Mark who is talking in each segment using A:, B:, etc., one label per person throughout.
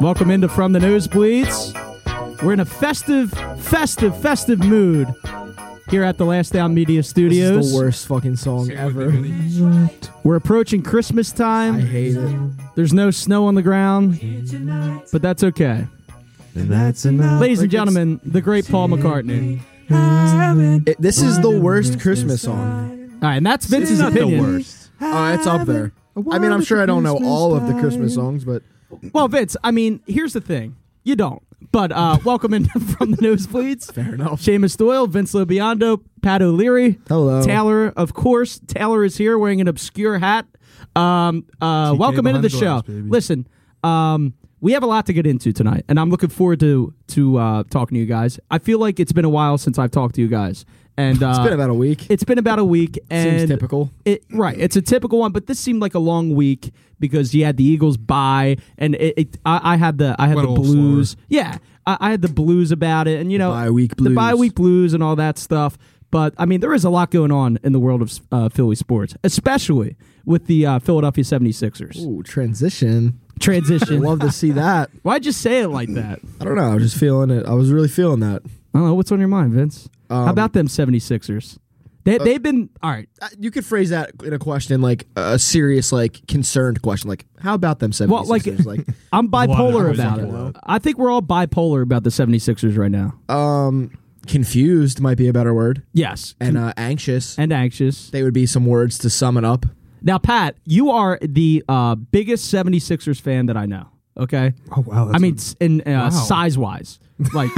A: Welcome into From the Nosebleeds. We're in a festive, festive, festive mood here at the Last Down Media
B: This
A: Studios.
B: is the worst fucking song ever.
A: We're approaching Christmas
B: I
A: time.
B: hate it.
A: There's no snow on the ground, but that's okay.
C: And that's enough.
A: Ladies and gentlemen, the great Paul McCartney.
B: It- This is the worst Christmas song.
A: All right, and that's Vince's
C: not
A: opinion.
C: the worst.
B: Uh, it's up there. I mean, I'm sure I don't know all of the Christmas songs, but
A: Well, Vince, I mean, here's the thing. You don't. But uh, welcome in from the Nosebleeds.
B: fair enough.
A: Seamus Doyle, Vince Lobiondo, Pat O'Leary,
B: Hello.
A: Taylor, of course. Taylor is here wearing an obscure hat. Um, uh, welcome into
C: behind
A: the
C: the
A: show.
C: glass, baby.
A: Listen, um, we have a lot to get into tonight, and I'm looking forward to to uh, talking to you guys. I feel like it's been a while since I've talked to you guys, and uh,
B: It's been about a week.
A: it's been about a week. And
B: Seems typical.
A: it, right, it's a typical one, but this seemed like a long week because you had the Eagles bye, and it, it I, I had the I had
C: Went
A: the
C: a little
A: blues. Yeah, I, I had the blues about it, and you know,
B: bye week
A: the
B: blues.
A: bye week blues, and all that stuff. But I mean, there is a lot going on in the world of uh, Philly sports, especially with the uh, Philadelphia 76ers.
B: Ooh, transition.
A: Transition.
B: Love to see that.
A: Why'd you say it like that?
B: I don't know. I was just feeling it. I was really feeling that.
A: I don't know. What's on your mind, Vince?
B: Um,
A: How about them 76ers? They, they've been all right.
B: Uh, You could phrase that in a question like a serious, like concerned question, like how about them 76ers?
A: Well, like-
B: like
A: I'm bipolar
C: Whatever,
A: about
C: you
A: it.
C: know.
A: I think we're all bipolar about the 76ers right now.
B: um, confused might be a better word,
A: Yes.
B: and uh, anxious.
A: and anxious.
B: they would be some words to sum it up.
A: Now, Pat, you are the uh, biggest 76ers fan that I know. Okay.
C: Oh wow!
A: I mean, s in uh, size wise, like,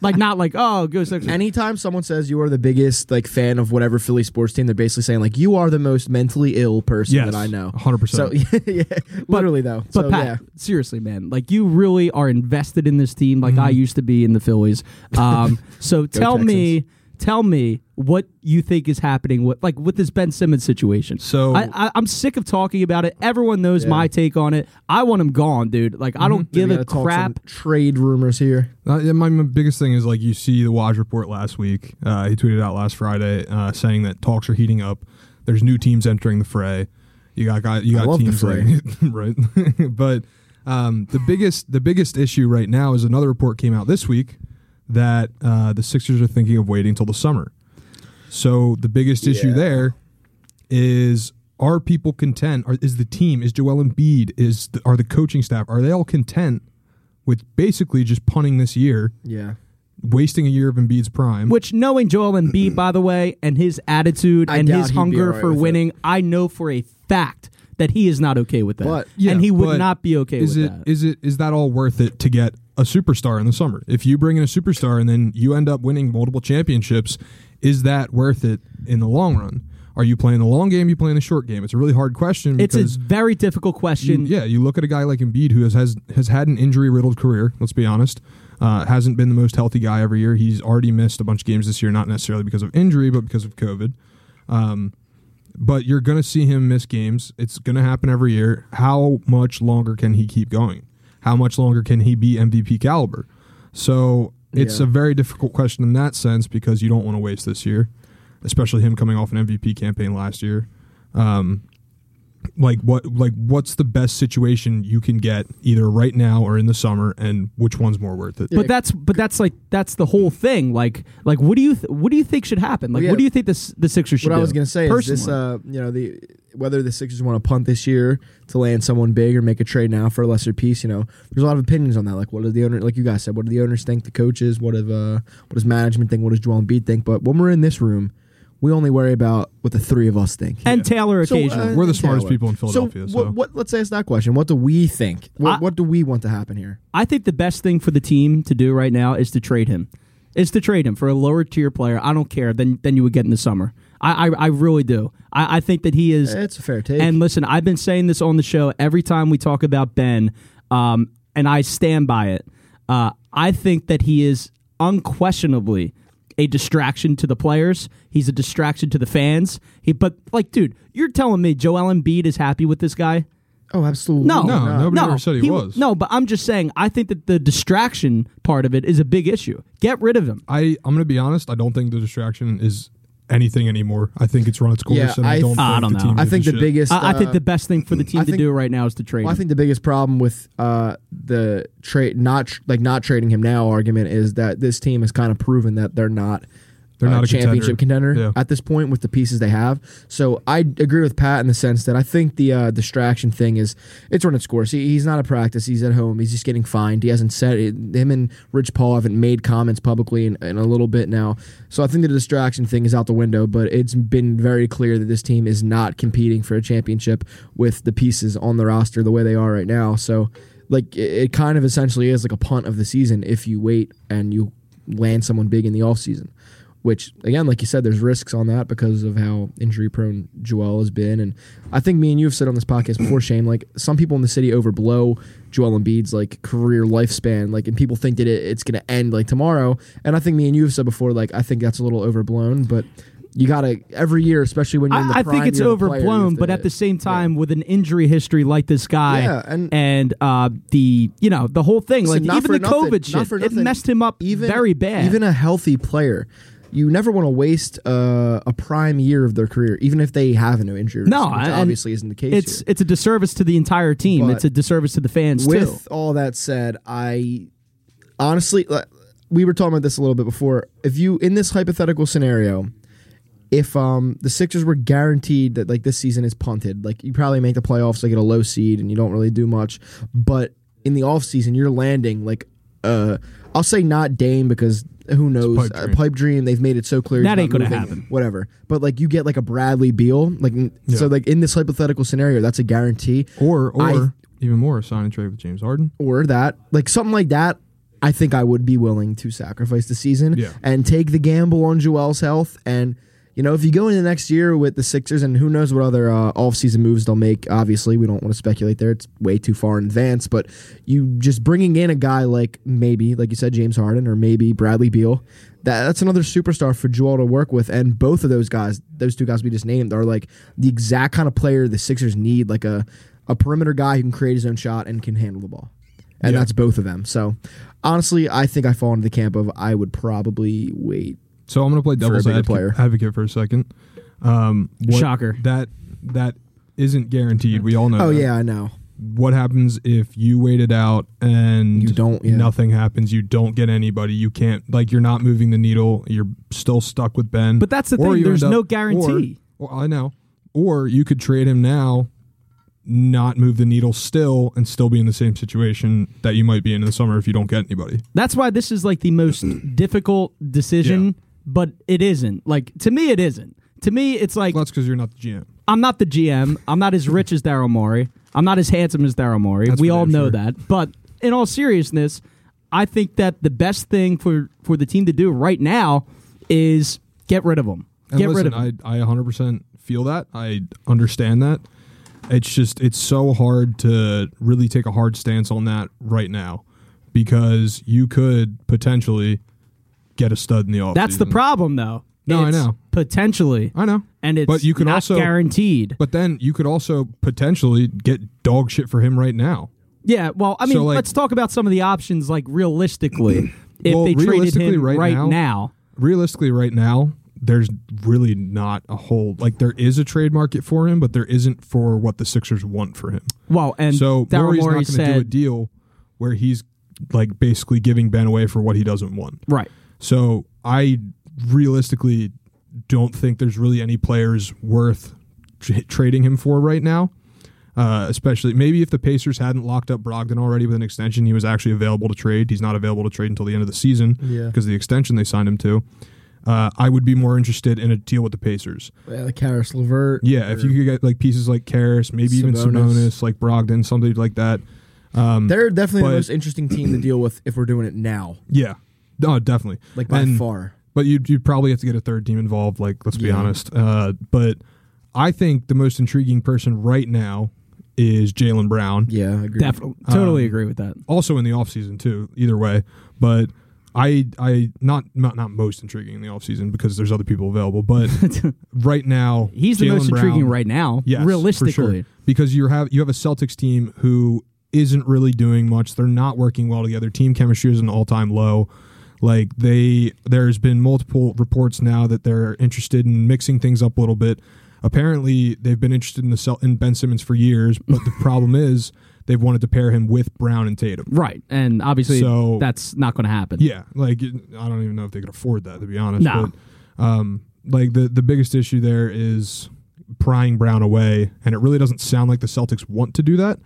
A: like not like oh go Sixers.
B: Anytime someone says you are the biggest like fan of whatever Philly sports team, they're basically saying like you are the most mentally ill person
C: Yes,
B: that I know.
C: 100%.
B: So yeah, literally though.
A: but
B: so
A: Pat,
B: yeah,
A: seriously, man, like you really are invested in this team, like I
B: Mm-hmm.
A: used to be in the Phillies. Um, so tell me, tell me what you think is happening with like with this Ben Simmons situation.
C: So-
A: I, I, I'm sick of talking about it. Everyone knows my take on it. I want him gone, dude. Like I don't give
B: Mm-hmm. We
A: a
B: gotta talk
A: crap.
B: some trade rumors here.
C: Uh, yeah, my, my biggest thing is like you see the Woj report last week. Uh, he tweeted out last Friday uh, saying that talks are heating up. There's new teams entering the fray. You got, guy you
B: I
C: got
B: love the
C: teams
B: fray.
C: like- right. but um, the biggest the biggest issue right now is another report came out this week that uh, the Sixers are thinking of waiting till the summer. So the biggest issue
B: Yeah.
C: there is are people content? Are, is the team? Is Joel Embiid? Is the, are the coaching staff? Are they all content with basically just punting this year,
B: Yeah,
C: wasting a year of Embiid's prime?
A: Which knowing Joel Embiid, by the way, and his attitude
B: I
A: and
B: doubt
A: his
B: he'd be
A: hunger
B: alright
A: for
B: with it.
A: winning, I know for a fact that he is not okay with that,
B: But-
C: Yeah,
A: and he
C: but
A: would not be okay
C: is
A: with
C: it
A: that.
C: is it is that all worth it to get a superstar in the summer? If you bring in a superstar and then you end up winning multiple championships, is that worth it in the long run? Are you playing the long game? You playing the short game? It's a really hard question.
A: it's
C: because
A: a very difficult question.
C: You- yeah, you look at a guy like Embiid who has has, has had an injury riddled career. Let's be honest. Uh, hasn't been the most healthy guy every year. He's already missed a bunch of games this year, not necessarily because of injury, but because of COVID. Um, but you're going to see him miss games. It's going to happen every year. How much longer can he keep going? How much longer can he be MVP caliber? So it's
B: Yeah.
C: a very difficult question in that sense because you don't want to waste this year, especially him coming off an MVP campaign last year. Um, like what like what's the best situation you can get either right now or in the summer and which one's more worth it
A: But that's but that's like that's the whole thing. Like like what do you th- what do you think should happen? Like
B: Yeah.
A: what do you think this the Sixers should
B: what
A: do?
B: I was gonna say
A: Personally.
B: is this: uh, you know, the whether the Sixers want to punt this year to land someone big or make a trade now for a lesser piece. You know, there's a lot of opinions on that. Like, what do the owner, like you guys said, what do the owners think? The coaches, what of uh, what does management think? What does Joel Embiid think? But when we're in this room, we only worry about what the three of us think.
A: and Taylor
B: So, uh,
A: occasionally.
C: We're the smartest
B: Taylor.
C: people in Philadelphia,
B: So, what-
C: so.
B: what- let's ask that question. What do we think? What,
A: I-
B: what do we want to happen here?
A: I think the best thing for the team to do right now is to trade him. Is to trade him for a lower tier player. I don't care. Then then you would get in the summer. I I, I really do. I, I think that he is.
B: It's a fair take.
A: And listen, I've been saying this on the show every time we talk about Ben, um, and I stand by it. Uh, I think that he is unquestionably a distraction to the players. He's a distraction to the fans. He, but like, dude, you're telling me Joel Embiid is happy with this guy?
B: Oh, absolutely.
A: No,
C: No,
B: not.
C: nobody ever said he was.
A: No, but I'm just saying. I think that the distraction part of it is a big issue. Get rid of him.
C: I I'm gonna be honest. I don't think the distraction is anything anymore. I don't think it's run its course,
B: Yeah,
C: and I,
B: I-
C: don't.
A: I
C: think
A: don't
C: the
A: know.
C: team
B: I
C: gives
B: think
C: a
B: the
C: shit.
B: biggest.
A: I, I think
B: uh,
A: the best thing for the team
B: I
A: to
B: think-
A: do right now is to trade.
B: Well, I
A: him.
B: think the biggest problem with uh, the trade not tr- like not trading him now argument is that this team has kind of proven that they're not
C: They're
B: uh,
C: not a
B: championship
C: contender.
B: contender,
C: Yeah.
B: at this point with the pieces they have. So I agree with Pat in the sense that I think the uh, distraction thing is it's run its course. He, he's not at practice. He's at home. He's just getting fined. He hasn't said it. Him and Rich Paul haven't made comments publicly in, in a little bit now. So I think the distraction thing is out the window. But it's been very clear that this team is not competing for a championship with the pieces on the roster the way they are right now. So like it, it kind of essentially is like a punt of the season if you wait and you land someone big in the offseason which again, like you said, there's risks on that because of how injury prone Joel has been. And I think me and you have said on this podcast before, Shane, like some people in the city overblow Joel Embiid's like career lifespan, like, and people think that it, it's going to end like tomorrow. And I think me and you have said before, like, I think that's a little overblown, but you got to every year, especially when you're in the
A: I, I
B: prime
A: think it's
B: year of a player, you have
A: overblown,
B: to-
A: but at the same time, with an injury history like this guy,
B: Yeah, and-
A: uh, the you know the whole thing,
B: Listen,
A: like
B: not
A: even
B: for
A: the
B: nothing-
A: COVID
B: not
A: shit,
B: for
A: it
B: nothing.
A: messed him up very bad.
B: Even a healthy player, you never want to waste uh, a prime year of their career, even if they have an injury.
A: No,
B: which
A: and
B: obviously isn't the case.
A: it's
B: here.
A: it's a disservice to the entire team.
B: But
A: it's a disservice to the fans too.
B: With all that said, I honestly, like, we were talking about this a little bit before. If you in this hypothetical scenario, if um the Sixers were guaranteed that like this season is punted, like you probably make the playoffs, like get a low seed, and you don't really do much. But in the offseason, you're landing like uh I'll say not Dame because who knows
C: pipe
B: Uh,
C: dream.
B: pipe dream. They've made it so clear
A: That
B: he's
A: ain't
B: not
A: gonna
B: moving,
A: happen.
B: Whatever, but like you get like a Bradley Beal, like n-
C: Yeah.
B: so like in this hypothetical scenario, that's a guarantee
C: or or
B: I-
C: even more, sign and trade with James Harden.
B: or that, like something like that, I think I would be willing to sacrifice the season
C: Yeah.
B: and take the gamble on Joel's health. And, you know, if you go into next year with the Sixers and who knows what other uh, offseason moves they'll make, obviously, we don't want to speculate there. It's way too far in advance. But you just bringing in a guy like maybe, like you said, James Harden or maybe Bradley Beal. That, that's another superstar for Joel to work with, and both of those guys, those two guys we just named, are like the exact kind of player the Sixers need, like a, a perimeter guy who can create his own shot and can handle the ball and
C: Yeah.
B: that's both of them. So honestly, I think I fall into the camp of I would probably wait.
C: So I'm gonna play
B: For a
C: devil's
B: bigger
C: advocate,
B: player.
C: advocate for a second. Um, what-
A: Shocker.
C: That that isn't guaranteed. We all know.
B: Oh
C: that.
B: yeah, I know.
C: what happens if you wait it out and
B: You don't, yeah.
C: nothing happens you don't get anybody you can't like you're not moving the needle you're still stuck with ben
A: But that's the
C: Or
A: thing,
C: you
A: there's
C: end
A: no guarantee.
C: or, well, i know or you could trade him now not move the needle still and still be in the same situation that you might be in in the summer if you don't get anybody
A: That's why this is like the most difficult decision,
C: Yeah.
A: but it isn't. Like to me, it isn't. To me, it's like
C: well, that's because you're not the gm
A: I'm not the GM. I'm not as rich as Daryl Morey. I'm not as handsome as Daryl Morey.
C: That's
A: we
C: for
A: all
C: damn
A: know
C: sure.
A: that. But in all seriousness, I think that the best thing for for the team to do right now is get rid of him.
C: And
A: get
C: listen,
A: rid of him.
C: I, I 100% feel that. I understand that. It's just, it's so hard to really take a hard stance on that right now because you could potentially get a stud in the offseason.
A: That's the problem, though.
C: No, I
A: It's
C: know.
A: potentially,
C: I know.
A: and it's
C: But you could
A: not
C: also-
A: guaranteed.
C: But then you could also potentially get dog shit for him right now.
A: yeah, well, I mean,
C: like-
A: let's talk about some of the options, like realistically, if
C: Well,
A: they traded
C: realistically,
A: him
C: right
A: right,
C: now-
A: now,
C: Realistically, right now, there's really not a whole, like, there is a trade market for him, but there isn't for what the Sixers want for him.
A: Well, and
C: so
A: Daryl
C: Morey's not
A: Morey
C: going to do a
A: said,
C: deal where he's like basically giving Ben away for what he doesn't want.
A: right.
C: So I realistically don't think there's really any players worth tr- trading him for right now. Uh, especially maybe if the Pacers hadn't locked up Brogdon already with an extension, he was actually available to trade. He's not available to trade until the end of the season
B: Yeah.
C: because the extension they signed him to. Uh, I would be more interested in a deal with the Pacers.
B: Yeah, like Karis Levert.
C: Yeah, if you could get like pieces like Karras, maybe even
B: Sabonis.
C: Sabonis, like Brogdon, somebody like that. Um,
B: they're definitely
C: but-
B: the most interesting team to deal with if we're doing it now,
C: yeah, no, definitely.
B: like by
C: And-
B: far.
C: But you'd, you'd probably have to get a third team involved, like, let's be
B: Yeah.
C: honest. Uh, but I think the most intriguing person right now is Jalen Brown,
B: Yeah, I agree.
C: Um,
A: Definitely, totally agree with that.
C: also in the offseason, too, either way. But I I not not not most intriguing in the offseason because there's other people available, but right now
A: He's the
C: Jaylen
A: most
C: Brown-
A: intriguing right now,
C: Yes, for sure.
A: realistically.
C: because you have you have a Celtics team who isn't really doing much. They're not working well together. Team chemistry is an all time low. Like they, there's been multiple reports now that they're interested in mixing things up a little bit. Apparently, they've been interested in the Cel- in Ben Simmons for years, but the problem is they've wanted to pair him with Brown and Tatum.
A: Right. And obviously,
C: So-
A: that's not going to happen.
C: Yeah, like I don't even know if they could afford that to be honest.
A: No.
C: But, um, like the the biggest issue there is prying Brown away, and it really doesn't sound like the Celtics want to do that.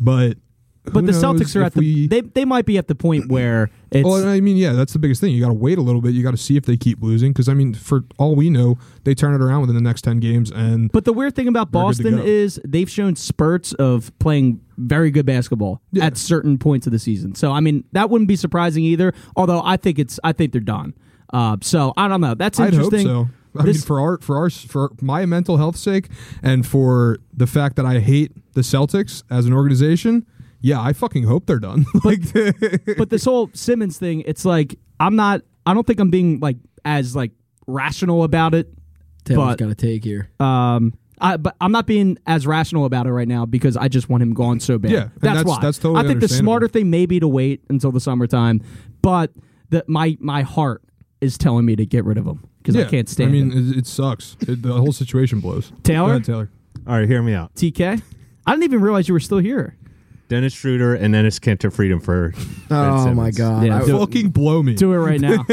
C: But
A: but
C: who
A: the
C: knows
A: Celtics are
C: if
A: at the.
C: we-
A: they, they might be at the point where it's.
C: well, I mean, yeah, that's the biggest thing. You got to wait a little bit. You got to see if they keep losing because I mean, for all we know, they turn it around within the next ten games, and
A: But the weird thing about
C: They're good to
A: Boston
C: go.
A: is they've shown spurts of playing very good basketball
C: Yeah.
A: at certain points of the season. So I mean that wouldn't be surprising either. Although I think it's I think they're done. Uh, so I don't know. That's
C: I'd hope
A: interesting.
C: so. I
A: This-
C: mean, for our for our for my mental health sake, and for the fact that I hate the Celtics as an organization. Yeah, I fucking hope they're done. like,
A: but this whole Simmons thing, it's like I'm not. I don't think I'm being like as like rational about it.
B: Taylor's
A: But-
B: got to take here.
A: Um, I, but I'm not being as rational about it right now because I just want him gone so bad.
C: Yeah, and
A: that's,
C: that's-
A: why.
C: that's totally
A: I think the
C: understandable.
A: smarter thing may be to wait until the summertime, but the, my my heart is telling me to get rid of him because I can't stand
C: I mean,
A: him.
C: it, it sucks. It, the whole situation blows.
A: Taylor?
C: Go ahead, Taylor.
D: All right, hear me out.
A: TK, I didn't even realize you were still here.
D: Dennis Schroeder and Ennis Cantor Freedom for. Ben
B: Oh
D: Simmons.
B: my god!
A: Yeah.
B: I-
A: Do-
C: fucking blow me.
A: Do it right now.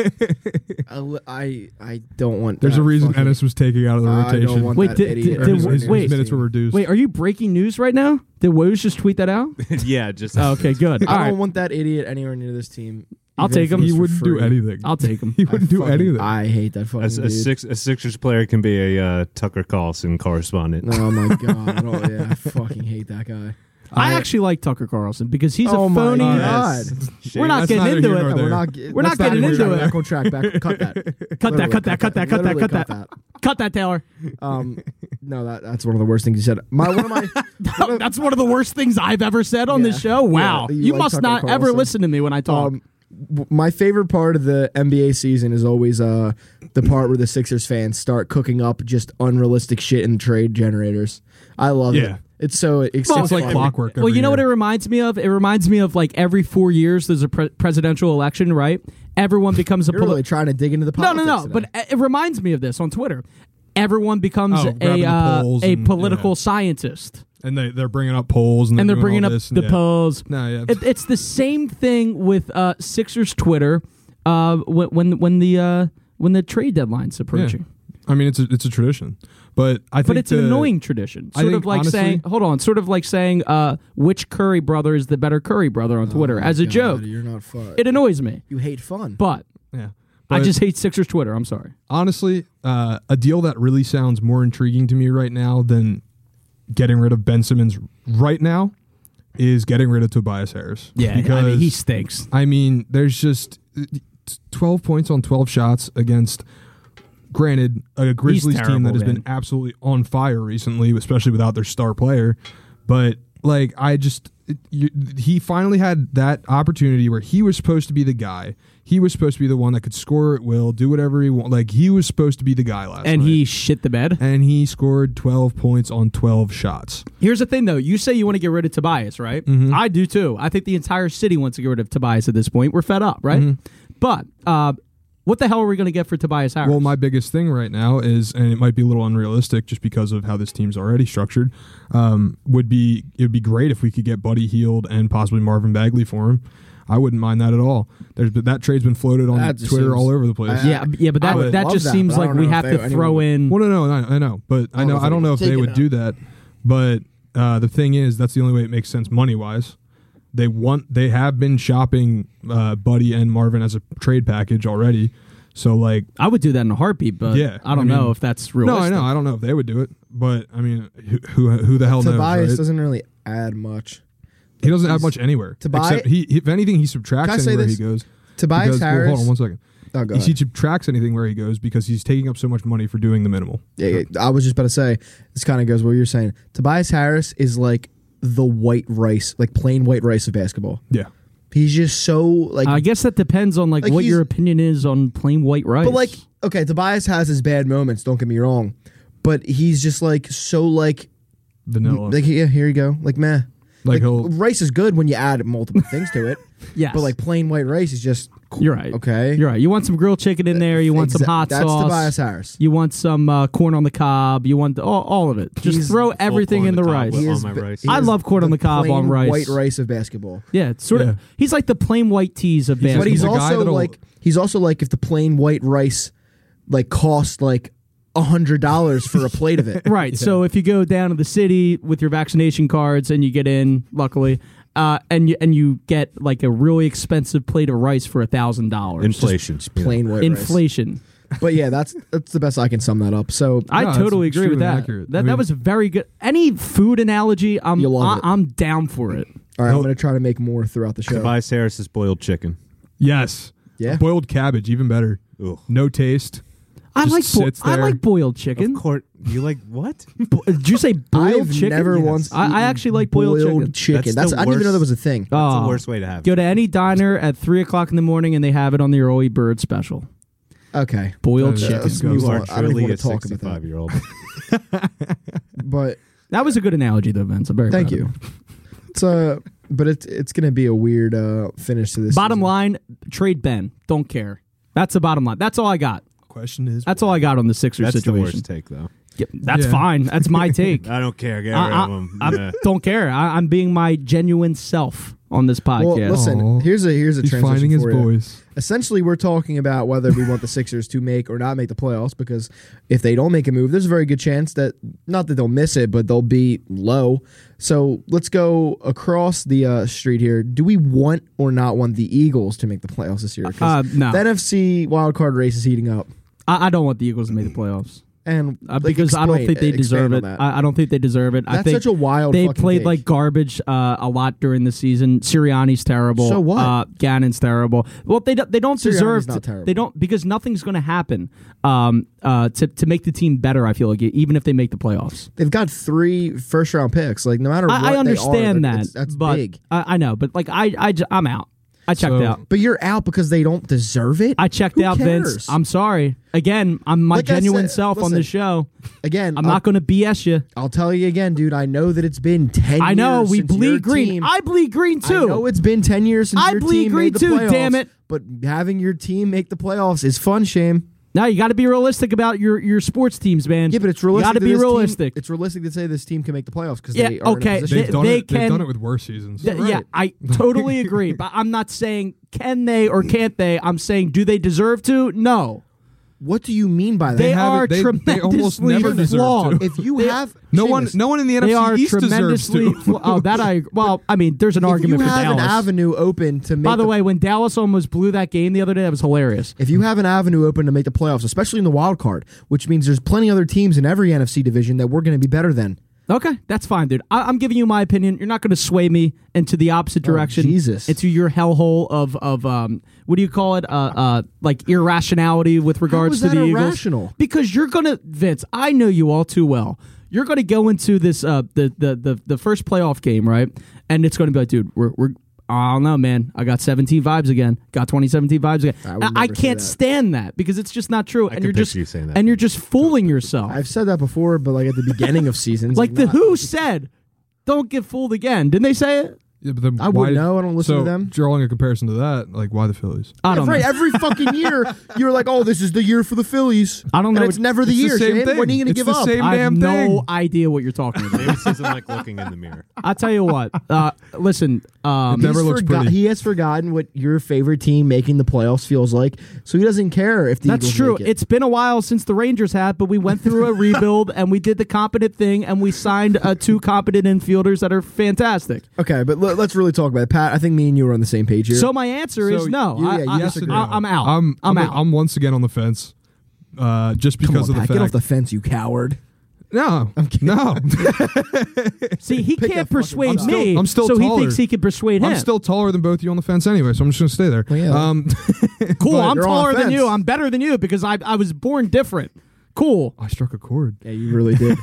B: I, li- I I don't want.
C: There's
B: that
C: a reason
B: fucking-
C: Ennis was taking out of the
B: I
C: rotation.
B: don't want
A: Wait,
B: that
A: did-
B: idiot.
A: did-
C: Or his,
A: did-
C: his
A: wait.
C: minutes were reduced.
A: Wait, are you breaking news right now? Did Woj just tweet that out?
D: yeah, just
A: Oh, okay, good.
B: I
A: All
B: don't
A: right,
B: want that idiot anywhere near this team.
A: I'll
B: even
A: take
B: if
A: him.
B: it's
C: he
B: for
C: wouldn't do
B: free.
C: anything.
A: I'll take him.
C: he
B: I
C: wouldn't do
B: fucking-
C: anything.
B: I hate that
D: a,
B: fucking
D: a
B: dude.
D: six a Sixers player can be a uh, Tucker Carlson correspondent.
B: Oh my god! I don't, yeah, I fucking hate that guy.
A: I actually like Tucker Carlson because he's
B: Oh
A: a
B: my
A: phony.
B: God.
A: We're not
C: That's
A: getting
C: neither
A: into
C: here
A: it. No,
B: Yeah,
C: nor there.
B: we're not. ge-
A: We're
B: let's
A: not getting
B: even
A: into
B: go
A: it.
B: Back on track. Back. Cut that.
A: Cut that!
B: Literally,
A: Cut that! Cut that! Cut that!
B: Literally
A: Cut that! Cut that, Taylor.
B: Um, no, that that's one of the worst things you said. My one of my. one of-
A: That's one of the worst things I've ever said on this
B: Yeah.
A: show. Wow.
B: Yeah, you
A: you
B: like
A: must
B: Tucker
A: not ever
B: Carlson.
A: listen to me when I talk.
B: Um, w- my favorite part of the NBA season is always uh, the part where the Sixers fans start cooking up just unrealistic shit in trade generators. I love
C: Yeah.
B: it. It's so it's, so
C: It's like
B: fun.
C: clockwork.
A: well,
C: every
A: you know what it
C: year.
A: reminds me of? It reminds me of like every four years there's a pre- presidential election, right? Everyone becomes a
B: You're
A: political.
B: really trying to dig into the
A: no,
B: politics.
A: no, no.
B: today.
A: But it reminds me of this on Twitter. Everyone becomes
C: Oh, grabbing
A: a
C: the
A: uh,
C: polls
A: a
C: and-
A: political
C: yeah.
A: scientist,
C: and they they're bringing up polls and they're,
A: and they're
C: doing
A: bringing
C: all
A: up
C: this and
A: the
C: yeah.
A: polls.
C: No, yeah.
A: It, it's the same thing with uh, Sixers Twitter uh, when when when the uh, when the trade deadline's
C: Yeah.
A: approaching.
C: I mean, it's a, it's a tradition, but I think
A: But it's an
C: the-
A: annoying tradition.
C: I
A: Sort
C: think,
A: of like
C: honestly-
A: saying, hold on, sort of like saying, uh, which Curry brother is the better Curry brother on
B: Oh
A: Twitter
B: my
A: as a
B: God,
A: joke.
B: You're not fun.
A: It annoys me,
B: you hate fun.
A: but
C: Yeah,
A: I
C: But-
A: just hate Sixers Twitter. I'm sorry.
C: honestly, uh, a deal that really sounds more intriguing to me right now than getting rid of Ben Simmons right now is getting rid of Tobias Harris. because
A: stinks.
C: I mean, there's just uh, twelve points on twelve shots against. Granted, a Grizzlies team
A: terrible,
C: that has
A: man.
C: been absolutely on fire recently, especially without their star player, but like I just it, you, he finally had that opportunity where he was supposed to be the guy. He was supposed to be the one that could score at will, do whatever he want. Like he was supposed to be the guy last
A: And
C: night.
A: he shit the bed.
C: and he scored 12 points on 12 shots.
A: Here's the thing, though. You say you want to get rid of Tobias, right?
B: Mm-hmm.
A: I do too. I think the entire city wants to get rid of Tobias at this point. We're fed up, right?
C: Mm-hmm.
B: Mm-hmm.
A: But uh, what the hell are we going to get for Tobias Harris?
C: Well, my biggest thing right now is, and it might be a little unrealistic just because of how this team's already structured, um, would be it would be great if we could get Buddy Healed and possibly Marvin Bagley for him. I wouldn't mind that at all. There's but that trade's been floated on
B: That just
C: Twitter
B: seems-
C: all over the place.
B: I-
A: yeah, yeah, but
B: I
A: that
B: would
A: that
B: love
A: just
B: that,
A: seems
B: but I
A: like
B: don't
A: we
B: know
A: have
B: if
A: to
B: they-
A: throw in.
C: Well, no, no, I, I know, but I,
B: don't know
C: know
B: if
C: I don't
B: they
C: know if
B: can
C: they
B: take it
C: would
B: out.
C: do that. But uh, the thing is, that's the only way it makes sense money wise. They want they have been shopping uh, Buddy and Marvin as a trade package already. So like,
A: I would do that in a heartbeat, but
C: Yeah,
A: I don't
C: I mean-
A: know if that's realistic.
C: no, I know, I don't know if they would do it, but I mean, who who, who the hell
B: Tobias
C: knows? right?
B: doesn't really add much.
C: he doesn't have much anywhere.
B: Tobias-
C: except he, if anything, he subtracts
B: Can I say
C: anywhere
B: this?
C: he goes.
B: Tobias
C: because- well,
B: Harris.
C: hold on one second.
B: Oh, go
C: He-
B: ahead.
C: He subtracts anything where he goes because he's taking up so much money for doing the minimal.
B: Yeah, yeah, I was just about to say this kind of goes with what you're saying. Tobias Harris is like the white rice, like plain white rice of basketball.
C: Yeah.
B: He's just so like
A: I guess that depends on like,
B: Like,
A: what
B: he's-
A: your opinion is on plain white rice.
B: But like, okay, Tobias has his bad moments. Don't get me wrong, but he's just like so like
C: vanilla.
B: like yeah, here you go, like meh.
C: Like he'll-
B: rice is good when you add multiple things to it.
A: yes,
B: But like plain white rice is just cool.
A: you're right.
B: Okay,
A: you're right. You want some grilled chicken in there. You want
B: Exa-
A: some hot
B: that's
A: sauce.
B: Tobias Harris.
A: You want some uh, corn on the cob. You want the, all, all of it. Just
B: He's
A: throw everything
D: corn
A: in the,
D: on the cob
A: rice.
D: with
B: He
D: all
B: is
D: my
B: ba-
D: rice.
B: he
A: I
B: is
A: love corn on the cob
B: plain
A: on rice.
B: White rice of basketball.
A: Yeah, it's sort
C: Yeah.
A: of. He's like the plain white teas of
C: He's-
A: basketball.
B: But he's
C: a guy
B: also
C: that'll-
B: like he's also like if the plain white rice like cost like a hundred dollars for a plate of it.
A: Right. So if you go down to the city with your vaccination cards and you get in, luckily, uh, and you and you get like a really expensive plate of rice for a thousand dollars.
D: Inflation. Yeah.
B: Plain white rice.
A: Inflation.
B: But yeah, that's that's the best I can sum that up. So
A: I
C: No, it's
A: totally agree with
C: extremely
A: that.
C: accurate.
A: That
C: I
A: that
C: mean-
A: was very good. Any food analogy, I'm
B: You'll
A: I,
B: love it.
A: I'm down for it.
B: all right, I'm
C: No.
B: gonna try to make more throughout the show.
D: Tobias Harris's boiled chicken.
C: yes.
B: Yeah.
C: Boiled cabbage, even better.
D: Ugh.
C: No taste.
A: I
C: Just
A: like bo-
C: sits
A: I
C: there.
A: like boiled chicken.
D: Of course, you like what?
A: Bo- Did you say boiled
B: I've
A: chicken?
B: never
A: Yes.
B: once
A: I, I
B: eaten
A: actually like boiled, chicken.
B: chicken.
D: That's
B: That's,
D: the
B: I didn't even know
D: worst.
B: that was a thing.
D: That's
A: Oh.
D: the worst way to have it.
A: Go to any diner at three o'clock in the morning and they have it on the early bird special.
B: Okay,
A: Boiled
C: Uh,
A: chicken.
B: let's
C: goes
B: move
D: You
B: on.
D: are
B: I don't even
D: truly
B: want
D: a
B: to talk about that.
D: sixty-five-year-old.
B: But
A: That was a good analogy, though, Vince. I'm very
B: thank
A: proud of
B: you. It's uh, but it's it's gonna be a weird uh finish to this.
A: Bottom
B: season.
A: line, trade Ben. Don't care. That's the bottom line. That's all I got.
C: Question is
A: That's all I got on the Sixers
D: That's the
A: situation.
D: worst take, though.
A: Yeah, That's
C: Yeah.
A: fine. That's my take.
D: I don't care. Get
A: I,
D: rid of
A: I,
D: him.
A: I
D: Yeah.
A: don't care. I, I'm being my genuine self on this
B: Well,
A: podcast.
B: listen.
C: Aw.
B: Here's a here's a
C: he's
B: transition
C: finding his
B: for you.
C: voice.
B: essentially we're talking about whether we want the Sixers to make or not make the playoffs because if they don't make a move, there's a very good chance that not that they'll miss it, but they'll be low. So let's go across the uh, street here. Do we want or not want the Eagles to make the playoffs this year? 'Cause
A: Uh, no.
B: the NFC wildcard race is heating up.
A: I, I don't want the Eagles to make the playoffs
B: And
A: uh,
B: like,
A: because I don't
B: explain-
A: think they
B: expand
A: deserve
B: on
A: it.
B: that.
A: I, I don't think they deserve it. I
B: That's
A: think
B: such a wild.
A: they
B: fucking
A: played
B: take.
A: like garbage uh, a lot during the season. Sirianni's terrible.
B: So what?
A: Uh, Gannon's terrible. Well, they don't, they don't deserve.
B: not
A: to-
B: terrible.
A: They don't because nothing's going to happen um, uh, to to make the team better. I feel like e-, even if they make the playoffs,
B: they've got three first round picks. Like no matter what,
A: I, I
B: they are,
A: understand
B: like,
A: that.
B: it's- that's
A: but
B: big.
A: I, I know, but like I I j- I'm out. I checked
C: So-
A: out.
B: But you're out because they don't deserve it.
A: I checked
B: Who
A: out, Vince.
B: cares?
A: I'm sorry. Again, I'm my
B: Like I
A: genuine
B: said-
A: self on this
B: listen, uh,
A: show.
B: Again,
A: I'm
B: I'll
A: not going to BS you.
B: I'll tell you again, dude. I know that it's been ten.
A: I know
B: years
A: we
B: since your
A: bleed green.
B: team-
A: I bleed green too.
B: I know it's been ten years since
A: I
B: your
A: bleed
B: team
A: green
B: made the
A: too,
B: playoffs,
A: damn it.
B: But having your team make the playoffs is fun, Shame.
A: Now you got to be realistic about your your sports teams, man.
B: Yeah, but it's
A: You
B: realistic.
A: got to
B: that
A: be
B: this team-
A: realistic.
B: it's realistic to say this team can make the playoffs because
A: Yeah,
B: they are
A: okay,
B: In a
C: They've
B: position.
A: they-
C: done
A: they
C: it. They've
A: can-
C: done it with worse seasons.
A: Th- Yeah, I totally agree. But I'm not saying can they or can't they. I'm saying do they deserve to? No,
B: what do you mean by that?
A: they,
C: haven't-
A: are
C: they- they almost
A: tremendously
C: never deserve
A: flawed.
C: to.
B: if you have
C: No
B: Seamus,
C: one, no one in the NFC
A: They are
C: East
A: tremendously.
C: deserves to.
A: fla- oh, that I. Well, I mean, there's an
B: if
A: argument
B: you
A: for
B: have
A: Dallas.
B: an avenue open to make.
A: By the way, when Dallas almost blew that game the other day, that was hilarious.
B: If you have an avenue open to make the playoffs, especially in the wild card, which means there's plenty other teams in every NFC division that we're going to be better than.
A: Okay, that's fine, dude. I, I'm giving you my opinion. You're not going to sway me into the opposite direction.
B: Oh, Jesus.
A: into your hellhole of of um, what do you call it? Uh, uh, like irrationality with regards
B: is
A: to
B: that
A: the Eagles.
B: irrational?
A: Because you're gonna, Vince. I know you all too well. You're gonna go into this uh the the the, the first playoff game, right? And it's gonna be like, dude, we're we're. I don't know, man. I got 17 vibes again. Got 2017 vibes again.
B: I
A: I,
B: would
A: I
B: never say
A: can't
B: that.
A: stand that because it's just not true. and
D: can
A: you're just
D: picture you saying that.
A: and you're just fooling yourself.
B: I've said that before, but like at the beginning of seasons,
A: Like the
B: not-
A: Who said, "Don't get fooled again." Didn't they say it?
C: Yeah, but then
B: I
C: why-
B: wouldn't know. I don't listen
C: so
B: to them.
C: Drawing a comparison to that, like why the Phillies?
A: I
B: Yeah,
A: don't
B: right.
A: know.
B: Every fucking year, you're like, "Oh, this is the year for the Phillies."
A: I don't know
B: And it's
A: what-
B: never the
C: It's the
B: year.
C: same
B: Shane.
C: thing.
B: When are you gonna
C: It's
B: give
C: the
B: up?
C: same-
A: I have
C: damn
A: no
C: thing.
A: idea what you're talking about.
D: Maybe this isn't like looking in the mirror.
A: I tell you what. Uh, listen, um,
C: It never
B: He's
C: looks
B: forgot-
C: pretty.
B: He has forgotten what your favorite team making the playoffs feels like, so he doesn't care if the
A: that's
B: Eagles
A: true.
B: Make it.
A: It's been a while since the Rangers had, but we went through a rebuild and we did the competent thing and we signed uh, two competent infielders that are fantastic.
B: okay, but l- let's really talk about it, Pat. I think me and you are on the same page here.
A: So my answer
C: So
A: is no.
B: you-
A: I,
B: yeah, you
A: I,
B: disagree.
A: I, am out.
C: I'm,
A: I'm,
C: I'm,
A: out.
C: I'm once again on the fence, uh, just
B: Come
C: because
B: on,
C: of the
B: Pat,
C: fact.
B: get off the fence, you coward.
C: no, no,
A: See, he can't
B: Pick that fucking- I'm
A: persuade
B: still-
A: me.
C: I'm still
A: so
C: taller.
A: he thinks he can persuade him.
C: I'm still taller than both of you on the fence anyway, so I'm just gonna stay there.
B: yeah.
C: Um,
A: cool.
B: but
A: I'm
B: you're on
A: taller than
B: offense.
A: you. I'm better than you because I I was born different. Cool.
C: I struck a chord.
B: Yeah, you really did.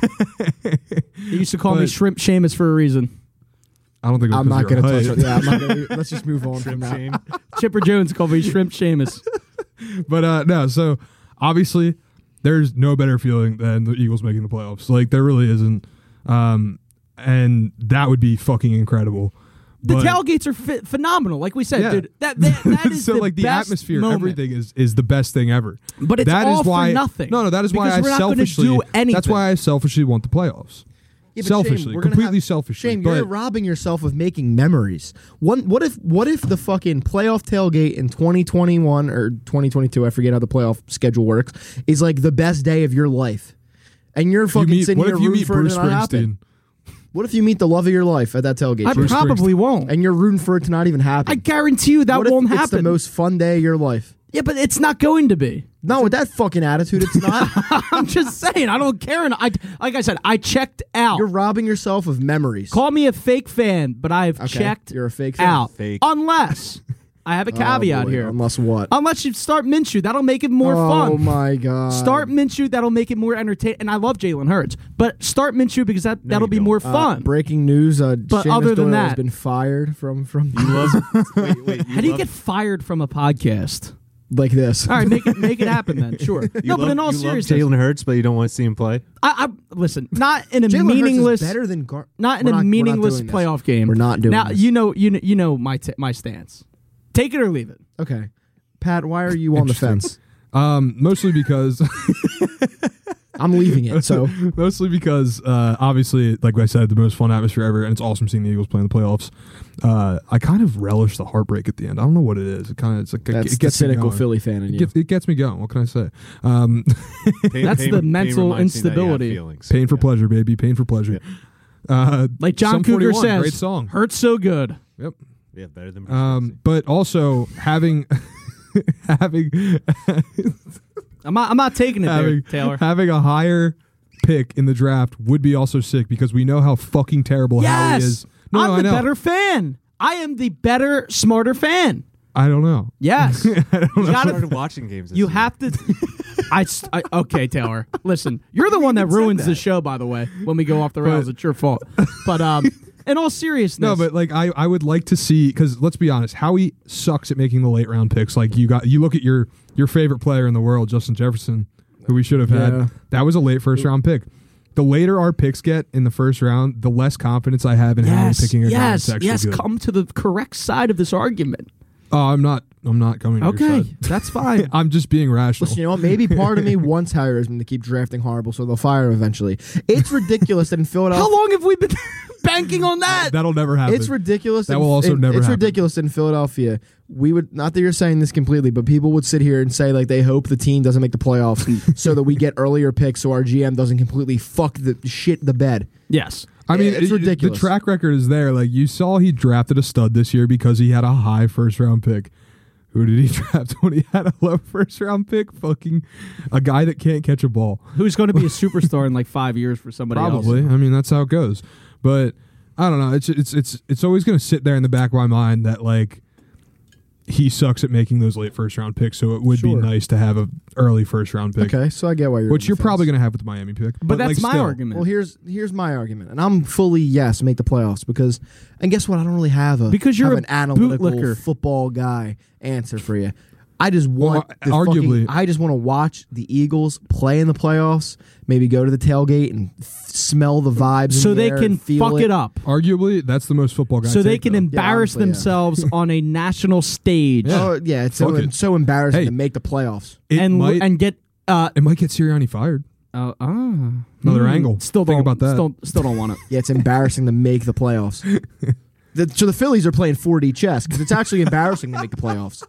A: They used to call me
C: But-
A: Shrimp Seamus for a reason.
C: I don't think it was
B: I'm not
C: going
B: gonna
C: to
B: touch on. Yeah, I'm not gonna, let's just move on from
D: Shrimp
B: that.
D: chain.
A: Chipper Jones called me Shrimp Seamus.
C: but uh no so obviously there's no better feeling than the eagles making the playoffs like there really isn't um and that would be fucking incredible
A: The
C: But-
A: tailgates are ph- phenomenal. Like we said,
C: Yeah.
A: dude, that, that, that is
C: so
A: the
C: like the
A: best
C: atmosphere
A: moment.
C: everything is is the best thing ever
A: But it's
C: That is
A: all for
C: why
A: nothing,
C: no no that is why
A: because
C: i
A: we're not gonna
C: selfishly
A: do
C: that's
A: anything.
C: why i selfishly want the playoffs
B: Yeah, but Shane,
C: selfishly
B: we're gonna
C: completely
B: have-
C: selfishly
B: Shane,
C: but
B: you're robbing yourself of making memories. One, what if what if the fucking playoff tailgate in 2021 or 2022? I forget how the playoff schedule works. Is like the best day of your life, and you're
C: you
B: fucking
C: meet,
B: sitting
C: what
B: here
C: if you
B: rooting
C: meet
B: for
C: bruce
B: it to not happen.
C: springsteen
B: What if you meet the love of your life at that tailgate,
A: I
B: Shane?
A: probably won't.
B: and you're rooting for it to not even happen?
A: I guarantee you that
B: what if
A: won't
B: it's
A: happen.
B: the most fun day of your life.
A: yeah, but it's not going to be.
B: No, with that fucking attitude, it's not.
A: I'm just saying. I don't care. And I, like I said, I checked out.
B: You're robbing yourself of memories.
A: Call me a fake fan, but I have
B: Okay,
A: checked
B: you're a fake fan.
A: out.
D: Fake.
A: Unless I have a
B: Oh,
A: caveat
B: boy,
A: here.
B: Unless what?
A: Unless you start Minshew, that'll make it more
B: Oh
A: fun.
B: my god!
A: Start Minshew, that'll make it more entertaining. And I love Jalen Hurts, but start Minshew because that that'll be
D: don't.
A: more
B: Uh,
A: fun.
B: breaking news: uh,
A: But
B: Seamus
A: other than
B: Doyle has
A: that-
B: been fired from from
D: You love. wait, wait, you
A: How do you
D: love-
A: get fired from a podcast?
B: like this.
A: All right, make it make it happen then. Sure.
D: you
A: no, but
D: love-
A: in all
D: you love
A: seriousness,
D: Jalen Hurts, but you don't want to see him play.
A: I, I listen not in a
B: Jalen Hurts is
A: meaningless
B: better than Gar-
A: not in
B: We're
A: a
B: we're not
A: meaningless
B: doing this.
A: playoff game.
B: We're not doing
A: now.
B: this.
A: You know, you know, you know my t- my stance. Take it or leave it.
B: Okay, Pat, why are you on the fence?
C: um mostly because
B: I'm leaving it. So
C: mostly because uh, obviously, like I said, the most fun atmosphere ever, and it's awesome seeing the Eagles play in the playoffs. Uh, I kind of relish the heartbreak at the end. I don't know what it is. It kind of it's like
B: that's
C: it
B: the
C: gets me
B: cynical
C: going.
B: Philly fan in
C: It
B: you.
C: gets, it gets me going. What can I say? Um,
D: Pain-
A: That's
D: pain-
A: the
D: pain
A: mental
D: reminds me that you have
A: instability.
D: feelings.
C: pain for
D: Yeah.
C: pleasure, baby. Pain for pleasure. Uh,
A: Like John
C: Sum
A: Cougar
C: 41,
A: says,
C: great song.
A: hurts so good.
C: yep.
D: Yeah, better than. Bruce Springsteen.
C: Um, but also having having
A: I'm not, I'm not taking it there,
C: having
A: Taylor.
C: having a higher pick in the draft would be also sick because we know how fucking terrible Howie
A: yes,
C: is. No,
A: I'm
C: no, I
A: the
C: know.
A: better fan. I am the better, smarter fan.
C: I don't know.
A: Yes, you,
D: I
A: gotta,
D: started watching games. This
A: you
D: year.
A: have to. I, s- I- okay, Taylor. Listen, you're the one that ruins the show. By the way, when we go off the rails,
C: But-
A: it's your fault. But um, in all seriousness,
C: No, but like I, I would like to see because let's be honest, Howie sucks at making the late round picks. Like you got you look at your your favorite player in the world, Justin Jefferson, who we should have had.
B: Yeah.
C: That was a late first round pick. The later our picks get in the first round, the less confidence I have in Howie
A: yes,
C: picking a guy
A: yes,
C: that's actually
A: yes.
C: good.
A: Come to the correct side of this argument.
C: oh, I'm not I'm not coming. to your
A: Okay,
C: side.
A: that's fine.
C: I'm just being rational.
B: Listen, you know what? Maybe part of me wants Harrisman to keep drafting horrible, so they'll fire him eventually. It's ridiculous that in Philadelphia.
A: How long have we been banking on that?
C: That'll never happen.
B: It's ridiculous.
C: That
B: in-
C: will also
B: in-
C: never
B: It's
C: happen.
B: ridiculous in Philadelphia. We would not that you're saying this completely, but people would sit here and say like they hope the team doesn't make the playoffs so that we get earlier picks, so our GM doesn't completely fuck the shit the bed.
A: Yes.
C: I mean,
B: It's
C: it-
B: ridiculous.
C: The track record is there. Like you saw, he drafted a stud this year because he had a high first round pick. Who did he draft when he had a low first round pick? Fucking a guy that can't catch a ball.
A: Who's going to be a superstar in like five years for somebody
C: Probably.
A: else?
C: I mean, that's how it goes. But I don't know. It's it's it's it's always going to sit there in the back of my mind that like he sucks at making those late first round picks. So it would
B: Sure.
C: be nice to have a early first round pick,
B: Okay, so I get why you're.
C: which
B: on
C: you're
B: the
C: probably
B: fence.
C: going to have with the Miami pick.
A: But, that's
C: like,
A: my
C: still.
A: argument.
B: Well, here's here's my argument, and I'm fully yes make the playoffs because, and guess what? I don't really have a
A: Because you're
B: have
A: a
B: an analytical
A: bootlicker.
B: football guy answer for you. I just want
C: Well,
B: the
C: arguably-
B: fucking- I just want to watch the Eagles play in the playoffs. Maybe go to the tailgate and f- smell the vibes,
A: so
B: in the
A: they
B: air
A: can
B: and feel
A: fuck it, up.
C: Arguably, that's the most football guy.
A: So they
C: take,
A: can
C: though.
A: embarrass
B: honestly, yeah.
A: themselves on a national stage
C: Yeah.
B: Oh yeah, it's so,
C: Fuck it.
B: it's so embarrassing
C: Hey.
B: to make the playoffs.
C: It
A: and
C: might-
A: and get uh
C: It might get Sirianni fired.
A: oh, ah.
C: Another
A: Hmm.
C: angle.
A: Still
C: Think
A: don't
C: about that.
A: Still, still don't want it.
B: Yeah, it's embarrassing to make the playoffs. The- so the Phillies are playing 4D chess because it's actually embarrassing to make the playoffs.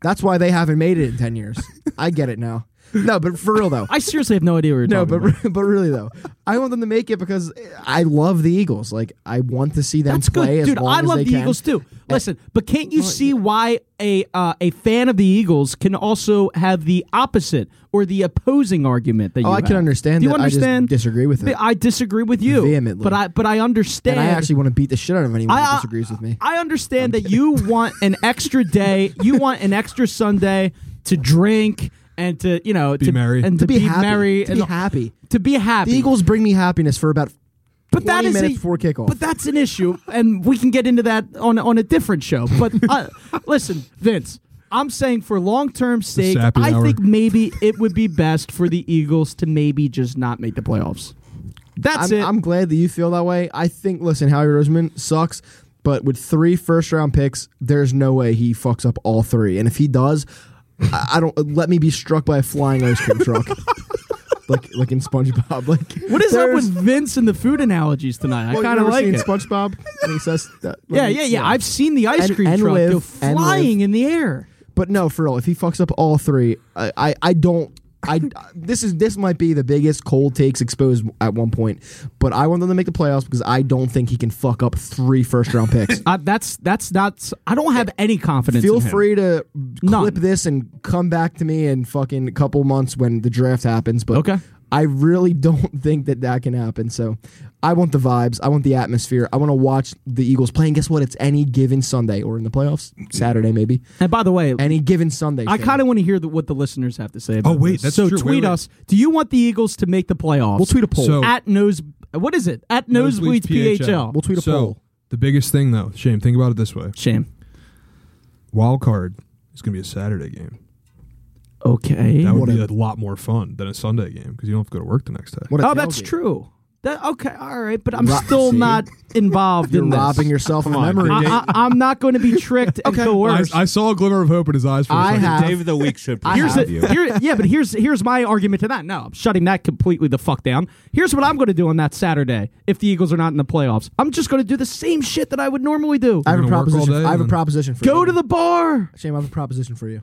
B: That's why they haven't made it in 10 years. I get it now. No, but for real though.
A: I seriously have no idea what you're
B: No,
A: talking
B: but
A: about.
B: but really though, I want them to make it because I love the Eagles. Like I want to see them
A: That's
B: play
A: good,
B: as
A: dude.
B: long
A: I
B: as
A: love
B: they
A: the
B: can.
A: Eagles too. Listen, but can't you see why a uh, a fan of the Eagles can also have the opposite or the opposing argument that you?
B: Oh, I can
A: have?
B: understand
A: Do you
B: that. I just
A: understand?
B: disagree with it.
A: I disagree with you
B: Vehemently.
A: but I but I understand.
B: And I uh, actually want to beat the shit out of anyone who disagrees with me.
A: I understand that you want an extra day. You want an extra Sunday to drink and to you know be to
C: merry.
A: and to,
B: to be, happy,
A: merry
B: to
A: and
B: be happy.
A: to be happy.
B: The Eagles bring me happiness for about
A: But that
B: 20
A: is
B: minutes
A: a,
B: before kickoff.
A: But that's an issue, and we can get into that on on a different show. But uh, listen, Vince, I'm saying for long term sake,
C: sappy
A: I
C: hour.
A: think maybe it would be best for the Eagles to maybe just not make the playoffs. That's
B: I'm,
A: it.
B: I'm glad that you feel that way. I think, listen, Howie Roseman sucks, but with three first round picks, there's no way he fucks up all three. And if he does, I, I don't let me be struck by a flying ice cream truck. Like, like in SpongeBob, like
A: what is up
B: there's-
A: with Vince and the food analogies tonight?
B: Well,
A: I
B: you
A: kind of
B: never
A: like
B: seen
A: it.
B: SpongeBob, and he says that.
A: yeah, yeah, yeah. I've seen the ice
B: And-
A: cream
B: and
A: truck go
B: live- and
A: flying in the air.
B: But no, for real, if he fucks up all three, I, I, I don't. I this is this might be the biggest cold takes exposed at one point, but I want them to make the playoffs because I don't think he can fuck up three first round picks.
A: Uh, that's that's not. s- I don't have any confidence.
B: Feel
A: in him.
B: free to clip
A: None.
B: this and come back to me in fucking a couple months when the draft happens. But
A: Okay.
B: I really don't think that that can happen. So I want the vibes. I want the atmosphere. I want to watch the Eagles play. And guess what? It's any given Sunday or in the playoffs, Saturday maybe.
A: And by the way,
B: Any given Sunday.
A: I
B: fam.
A: kind of want to hear the, what the listeners have to say. About
C: Oh, wait,
A: this.
C: that's
A: so
C: true. Wait,
A: tweet
C: wait.
A: us. Do you want the Eagles to make the playoffs?
B: We'll tweet a poll.
C: So-
A: at nose. What is it? At nosebleeds,
C: Nosebleeds
A: PHL.
B: We'll tweet a
C: so,
B: poll.
C: The biggest thing, though, shame. Think about it this way:
A: Shame.
C: wild card is going to be a Saturday game.
A: Okay. Oh,
C: That would
B: What
C: be
B: a-
C: a lot more fun than a Sunday game because you don't have to go to work the next day.
B: What a
A: oh, that's
B: tailgate.
A: true. That okay. All right, but I'm
B: Ro-
A: still
B: see?
A: not involved
B: You're
A: in this.
B: robbing yourself of
D: Come on,
B: memory.
D: dude.
A: I, am not going to be tricked and
C: I,
A: coerced.
C: I saw a glimmer of hope in his eyes. For a
B: I
C: second.
B: have-
D: Dave of the week should
B: I
A: here's
D: precede
A: it.
D: you.
A: Here, yeah, but here's here's my argument to that. No, I'm shutting that completely the fuck down. Here's what I'm going to do on that Saturday if the Eagles are not in the playoffs. I'm just going to do the same shit that I would normally do.
B: I have a
C: You're gonna work all
B: proposition.
C: day
B: I have a
C: and-
B: proposition for
A: Go
B: you.
A: to the bar.
B: Shame, I have a proposition for you.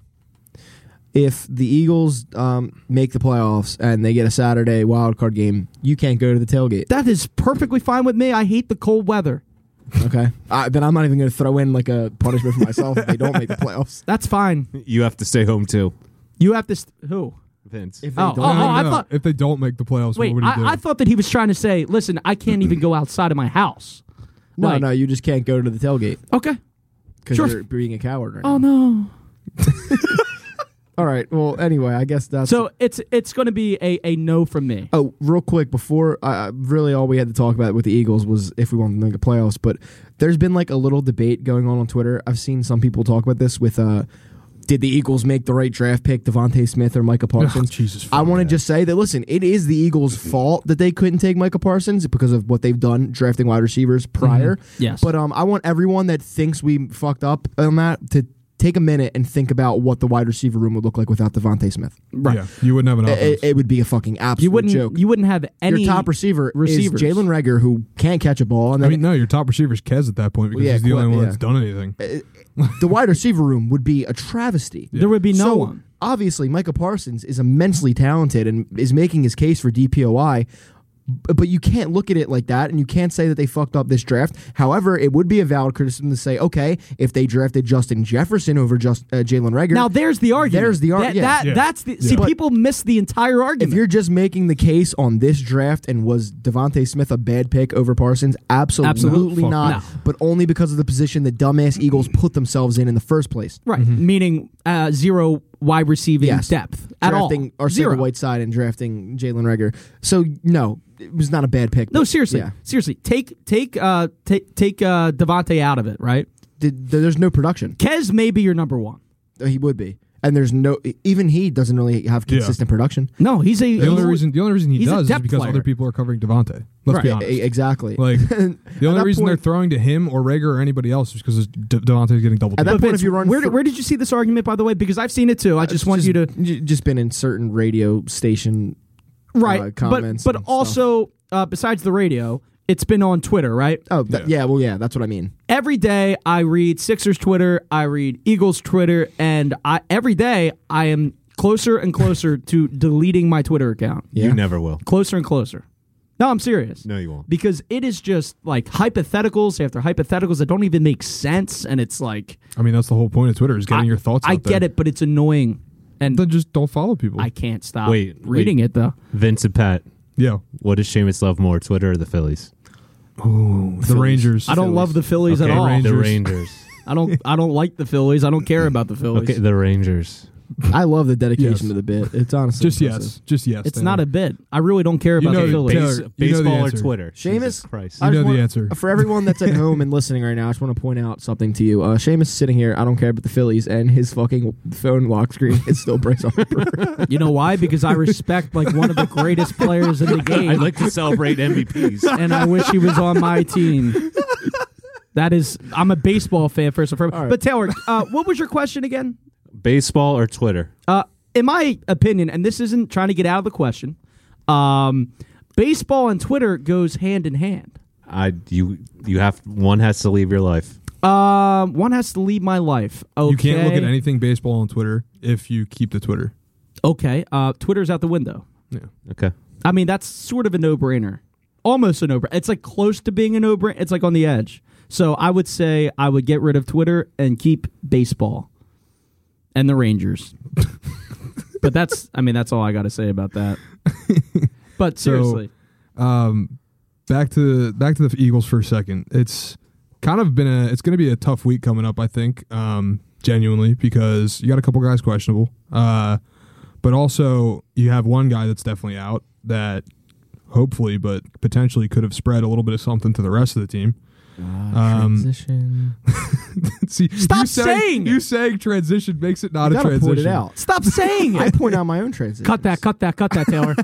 B: If the Eagles um, make the playoffs and they get a Saturday wild card game, you can't go to the tailgate.
A: That is perfectly fine with me. I hate the cold weather.
B: Okay, I, then I'm not even going to throw in like a punishment for myself if they don't make the playoffs.
A: That's fine.
D: You have to stay home too,
A: You have to. St- who?
D: Vince.
B: If they
A: Oh,
B: don't,
A: oh,
C: No,
A: I
C: no.
A: thought-
C: if they don't make the playoffs,
A: Wait,
C: what would he do?
A: I, I thought that he was trying to say, listen, I can't even go outside of my house.
B: no,
A: Like,
B: no, you just can't go to the tailgate
A: Okay.
B: because
A: Sure.
B: you're being a coward. Right
A: Oh
B: now.
A: no.
B: All right. Well, anyway, I guess that's
A: So it's it's going to be a, a no from me.
B: Oh, real quick before, uh, really all we had to talk about with the Eagles was if we wanted to make the playoffs. But there's been like a little debate going on on Twitter. I've seen some people talk about this with, uh, did the Eagles make the right draft pick, Devontae Smith or Micah
C: Oh,
B: Parsons?
C: Jesus,
B: I
C: fuck
B: want to
C: that.
B: just say that listen, it is the Eagles'
A: Mm-hmm.
B: fault that they couldn't take Micah Parsons because of what they've done drafting wide receivers
A: Mm-hmm.
B: prior.
A: Yes.
B: But um, I want everyone that thinks we fucked up on that to take a minute and think about what the wide receiver room would look like without Devontae Smith.
A: Right. Uh,
C: Yeah, you wouldn't have an offense.
B: It, it would be a fucking absolute
A: you wouldn't
B: joke
A: you wouldn't have any
B: your top receiver
A: receivers.
B: is Jalen Rager, who can't catch a ball, and
C: I
A: uh,
B: then
C: mean, no, your top receiver's Kez at that point because
B: Well, yeah,
C: he's the
B: Quinn,
C: only one
B: yeah.
C: that's done anything.
A: Uh,
B: the wide receiver room would be a travesty.
A: There would be no
B: So,
A: one.
B: Obviously, Micah Parsons is immensely talented and is making his case for DPOI. b- But you can't look at it like that, and you can't say that they fucked up this draft. However, it would be a valid criticism to say, okay, if they drafted Justin Jefferson over just uh, Jalen Rager,
A: Now there's the argument.
B: There's the ar-
A: That,
B: yeah.
A: that-
C: Yeah.
A: That's the see.
B: But-
A: people miss the entire
B: if
A: argument.
B: you're just making the case on this draft and was Devonte Smith a bad pick over Parsons? Absolutely,
A: Absolute-
C: fuck
B: not.
A: no.
B: But only because of the position the dumbass Eagles put themselves in in the first place.
A: right, meaning uh, zero wide receiving
B: Mm-hmm. Yes.
A: depth at all.
B: drafting
A: zero.
B: Arcega Whiteside and drafting Jalen Rager. So no, it was not a bad pick.
A: No,
B: but-
A: seriously,
B: Yeah.
A: seriously. Take take uh take take uh Devontae out of it, right?
B: Did- there- there's no production.
A: Kez may be your number one.
B: He would be, and there's no. e, Even he doesn't really have
C: Yeah.
B: consistent production.
A: No, he's a
C: The only reason the only reason he
A: He's a
C: does is
A: depth
C: because
A: player.
C: other people are covering Devontae. Let's be
B: E-
C: honest.
B: e- Exactly.
C: Like the only
B: that
C: reason
B: point-
C: they're throwing to him or Rager or anybody else is because De- Devontae's getting double.
B: At that
C: teamed.
A: But
B: point,
A: Vince,
B: if you run
A: where,
B: thr-
A: where did you see this argument, by the way? Because I've seen it too. I just want
B: Uh, Just-
A: you to
B: j- just been in certain radio station
A: right,
B: uh, comments
A: but but
B: and stuff.
A: also uh, besides the radio, it's been on Twitter, right?
B: Oh, that, yeah. Well, yeah. That's what I mean.
A: every day I read Sixers Twitter, I read Eagles Twitter, and I every day I am closer and closer to deleting my Twitter account.
B: Yeah.
D: You never will.
A: Closer and closer. No, I'm serious.
D: No, you won't.
A: Because it is just like hypotheticals after hypotheticals that don't even make sense, and it's like
C: I mean, that's the whole point of Twitter is getting
A: I,
C: your thoughts.
A: I
C: out there.
A: get it, but it's annoying, and
C: Then just don't follow people.
A: I can't stop
D: Wait,
A: reading
D: wait.
A: it though.
D: Vince and Pat,
C: yeah,
D: what does Seamus love more, Twitter or the Phillies?
C: the Rangers.
A: I don't love the Phillies
D: Okay,
A: at all.
C: Rangers.
D: The Rangers.
A: I don't. I don't like the Phillies. I don't care about the Phillies.
D: okay, the Rangers.
B: I love the dedication
C: Yes.
B: to the bit. It's honestly
C: Just
B: impressive.
C: yes, just yes.
A: It's
C: Taylor.
A: not a bit. I really don't care
C: You
A: about
C: know
A: the
C: that
A: Phillies.
C: Taylor-
D: Base,
C: you know the
D: baseball or
C: answer.
D: Twitter? Jesus
B: Seamus-
D: Christ.
B: I just
C: You know the
B: want-
C: answer.
B: For everyone that's at home and listening right now, I just want to point out something to you. Uh, Seamus is sitting here. I don't care about the Phillies, and his fucking phone lock screen is still Bryce Harper.
A: You know why? Because I respect like one of the greatest players in the game,
D: I'd like to celebrate MVPs.
A: and I wish he was on my team. That is, I'm a baseball fan first and foremost.
B: All right.
A: But Taylor, uh, what was your question again?
D: baseball or Twitter?
A: Uh, in my opinion, and this isn't trying to get out of the question, um, baseball and Twitter goes hand in hand.
D: I you you have one has to leave your life.
A: Um, one has to lead my life. Okay.
C: You can't look at anything baseball on Twitter if you keep the Twitter.
A: Okay. Uh, Twitter's out the window.
C: Yeah.
D: Okay.
A: I mean, that's sort of a no-brainer, almost a no-brainer. It's like close to being a no-brainer. It's like on the edge. So I would say I would get rid of Twitter and keep baseball and the Rangers. but that's, I mean, that's all I got to say about that. But
C: So-
A: seriously,
C: Um, back to back to the Eagles for a second. It's kind of been a it's going to be a tough week coming up. I think um, genuinely because you got a couple guys questionable, uh, but also you have one guy that's definitely out that hopefully, but potentially could have spread a little bit of something to the rest of the team. Um,
B: transition.
C: See, you
A: Stop
C: saying,
A: saying it.
C: you saying transition makes it not
B: You
C: a
B: gotta
C: transition.
B: point it out.
A: stop saying
B: I
A: it.
B: point out my own transition.
A: cut that, cut that, cut that, Taylor.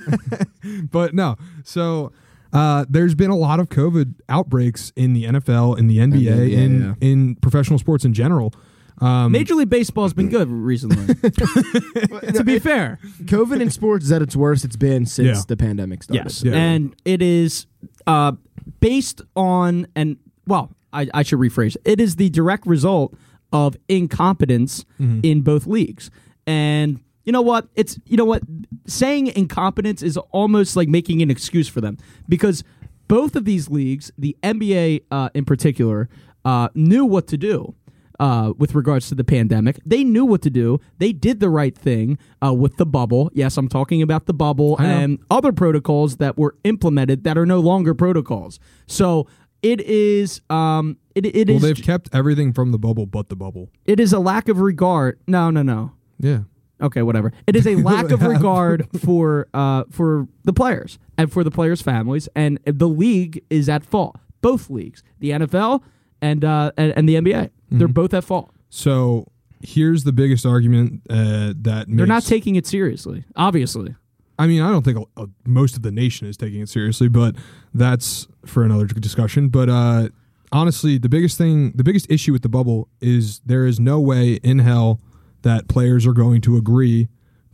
C: but no. So uh, there's been a lot of COVID outbreaks in the NFL, in the NBA,
B: NBA,
C: in
B: yeah.
C: in professional sports in general. Um,
A: Major League Baseball's been good recently. to be fair,
B: COVID in sports is at its worst it's been since
C: Yeah.
B: the pandemic started.
A: Yes,
C: Yeah.
A: and it is uh, based on and well, I, I should rephrase. It is the direct result of incompetence in both leagues, and you know what? It's you know what saying incompetence is almost like making an excuse for them because both of these leagues, the NBA uh, in particular, uh, knew what to do uh, with regards to the pandemic. They knew what to do. They did the right thing uh, with the bubble. Yes, I'm talking about the bubble
C: know.
A: and other protocols that were implemented that are no longer protocols. So it is um, it, it
C: well,
A: is
C: they've kept everything from the bubble, but the bubble.
A: it is a lack of regard. No, no, no.
C: Yeah.
A: Okay, whatever. It is a lack of regard for uh, for the players and for the players' families, and the league is at fault. Both leagues, the NFL and uh, and, and the NBA, they're
C: Mm-hmm.
A: both at fault.
C: So here's the biggest argument uh, that
A: They're
C: makes,
A: not taking it seriously, obviously.
C: I mean, I don't think a, a, most of the nation is taking it seriously, but that's for another discussion. But uh, honestly, the biggest thing, the biggest issue with the bubble is there is no way in hell that players are going to agree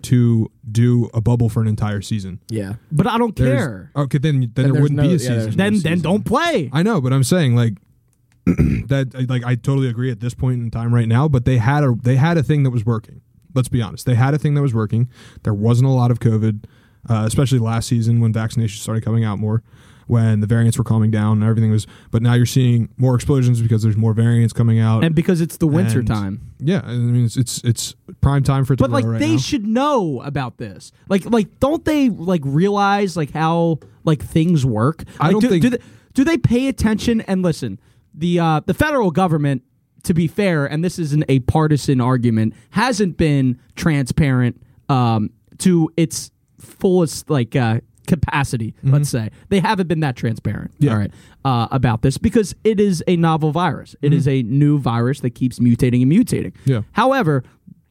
C: to do a bubble for an entire season.
B: Yeah.
A: But I don't
C: There's-
A: care.
C: Okay, then then, there
B: there's
C: wouldn't
B: no-
C: be a
B: yeah,
C: season.
B: there's no
A: Then then don't play.
C: I know, but I'm saying like that. Like I totally agree at this point in time right now. But they had a they had a thing that was working. Let's be honest. They had a thing that was working. There wasn't a lot of COVID, uh, especially last season when vaccinations started coming out more, when the variants were calming down and everything was. But now you're seeing more explosions because there's more variants coming out.
A: and because it's the winter
C: And-
A: time.
C: yeah, I mean it's it's, it's prime time for it to
A: But
C: grow
A: like
C: right
A: they
C: now.
A: should know about this. Like like don't they like realize like how like things work?
C: I
A: Like,
C: don't
A: do,
C: think-
A: do they, do they pay attention and listen. The uh the federal government to be fair and this isn't a partisan argument hasn't been transparent um to its fullest like uh capacity let's say they haven't been that transparent
C: Mm-hmm. Yeah.
A: all right uh, about this because it is a novel virus It is a new virus that keeps mutating and mutating
C: Yeah.
A: However,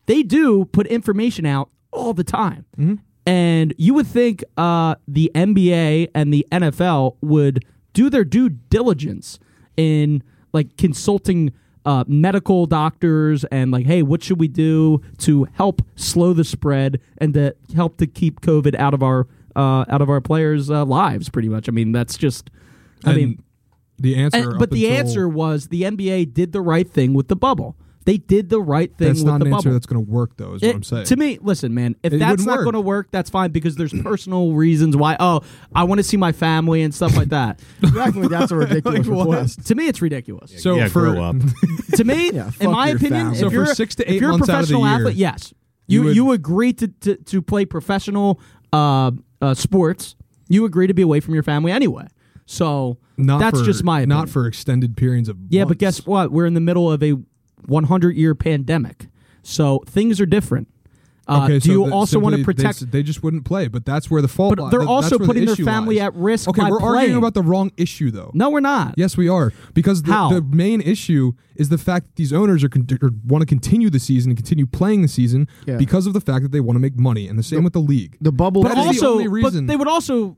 A: they do put information out all the time. And you would think uh, the NBA and the NFL would do their due diligence in like consulting uh, medical doctors and like, hey, what should we do to help slow the spread and to help to keep COVID out of our uh, out of our players' uh, lives? Pretty much. I mean, that's just. I
C: And
A: mean,
C: the answer,
A: and- but
C: up
A: the
C: until-
A: answer was the NBA did the right thing with the bubble. They did the right thing
C: that's
A: with
C: not
A: the
C: an answer
A: bubble.
C: that's going to work though. Is
A: It-
C: what I'm saying.
A: To me, listen, man, if
C: It
A: that's
C: wouldn't
A: not
C: work.
A: going to work, that's fine because there's personal reasons why. Oh, I want to see my family and stuff like that.
B: Exactly. That's a ridiculous
C: Like, what?
B: request.
A: to me, it's ridiculous.
C: so
D: yeah,
C: for
D: grow up.
A: to me,
B: Yeah, fuck
A: in my
B: your
A: opinion,
B: family.
A: if
C: So for
A: you're
C: six to
A: if
C: eight
A: you're a
C: months out of the
A: professional
C: year,
A: athlete, yes, you
C: you
A: you,
C: would-
A: agree to, to to play professional uh, uh, sports. You agree to be away from your family anyway. So
C: not
A: that's
C: for-
A: just my opinion.
C: not for extended periods of
A: Yeah, but
C: months.
A: guess what? We're in the middle of a 100 year pandemic. So things are different. Uh,
C: okay,
A: do
C: so
A: you
C: the-
A: also want to
C: simply they
A: protect?
C: s- They, just wouldn't play, but that's where the fault.
A: but
C: li-
A: they're
C: that-
A: also
C: that's where the
A: putting their
C: issue
A: family
C: lies.
A: at risk.
C: Okay,
A: by
C: we're
A: playing.
C: arguing about the wrong issue, though.
A: No, we're not.
C: Yes, we are because the,
A: How?
C: the main issue is the fact that these owners are, con- are want to continue the season and continue playing the season
B: Yeah.
C: because of the fact that they want to make money, and the same with the league.
B: The bubble.
A: but
C: That is the
A: also,
C: only reason.
A: but they would also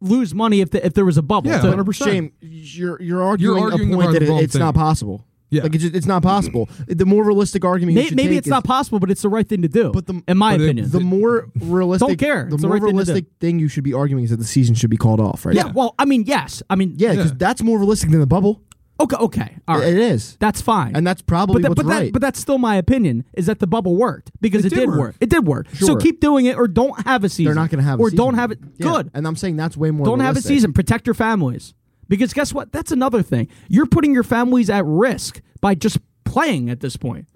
A: lose money if the, if there was a bubble.
C: Yeah,
A: So-
C: 100%.
B: Shame. You're you're arguing,
C: arguing
B: a
C: the
B: point
C: right-
B: that it-
C: wrong
B: it's not
C: thing.
B: possible.
C: Yeah.
B: Like it's, just, it's not possible. The more realistic argument. you
A: May,
B: should
A: maybe
B: take
A: it's
B: is
A: not possible, but it's the right thing to do.
B: But the-
A: in my
C: but it-
A: opinion,
B: The more realistic.
A: Don't care.
B: The
A: It's the
B: more
A: right thing to do.
B: realistic thing you should be arguing is that the season should be called off. Right.
A: yeah, Well, I mean, yes. I mean,
B: Yeah. Because
C: Yeah.
B: that's more realistic than the bubble.
A: Okay. Okay. All right.
B: It is.
A: that's fine.
B: And that's
A: but
B: probably
A: that,
B: what's
A: but,
B: right.
A: that, but that's still my opinion is that the bubble worked because it, did, work. It did work. So
B: Sure.
A: keep doing it, or don't have a season.
B: they're not going to have. a
A: or
B: season.
A: don't have it.
B: Yeah,
A: Good.
B: And I'm saying that's way more.
A: Don't have a
B: realistic.
A: season. Protect your families. Because guess what? That's another thing. You're putting your families at risk by just playing at this point.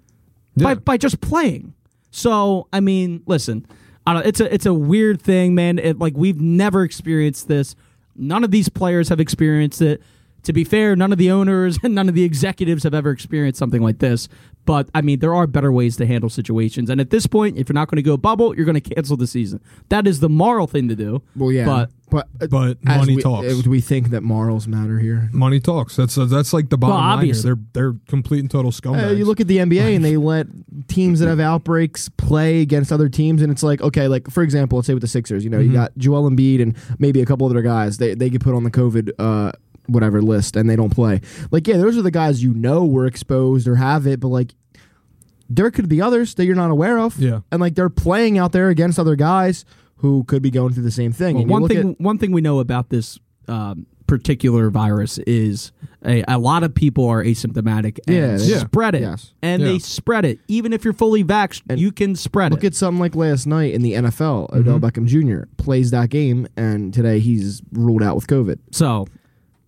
A: By
C: Yeah.
A: by just playing. So, I mean, listen, I don't, it's a it's a weird thing, man. It, like we've never experienced this. None of these players have experienced it. To be fair, none of the owners and none of the executives have ever experienced something like this. But I mean, there are better ways to handle situations. And at this point, if you're not going to go bubble, you're going to cancel the season. That is the moral thing to do.
B: Well, yeah.
A: But
B: but uh,
C: But
B: as
C: money
B: we,
C: talks.
B: uh, we think that morals matter here.
C: Money talks. That's that's like the bottom
A: Well,
C: line. Here.
A: obviously.
C: They're they're complete and total
A: Oh,
C: scumbags.
B: Uh, you look at the NBA and they let teams that have outbreaks play against other teams, and it's like okay, like for example, let's say with the Sixers, you know,
A: Mm-hmm.
B: you got Joel Embiid and maybe a couple other guys. They they get put on the COVID. Uh, Whatever list, and they don't play. Like, yeah, those are the guys you know were exposed or have it, but like, there could be others that you're not aware of.
C: Yeah.
B: and like they're playing out there against other guys who could be going through the same thing.
A: Well,
B: and you
A: one
B: look
A: thing
B: at-
A: one thing we know about this um, particular virus is a, a lot of people are asymptomatic and
B: Yeah,
C: yeah.
A: spread it,
B: Yes.
A: and
C: Yeah.
A: they spread it. Even if you're fully vaxxed,
B: And
A: you can spread
B: Look
A: it.
B: at something like last night in the NFL.
A: Mm-hmm.
B: Odell Beckham Jr. plays that game, and today he's ruled out with COVID. E,
A: so,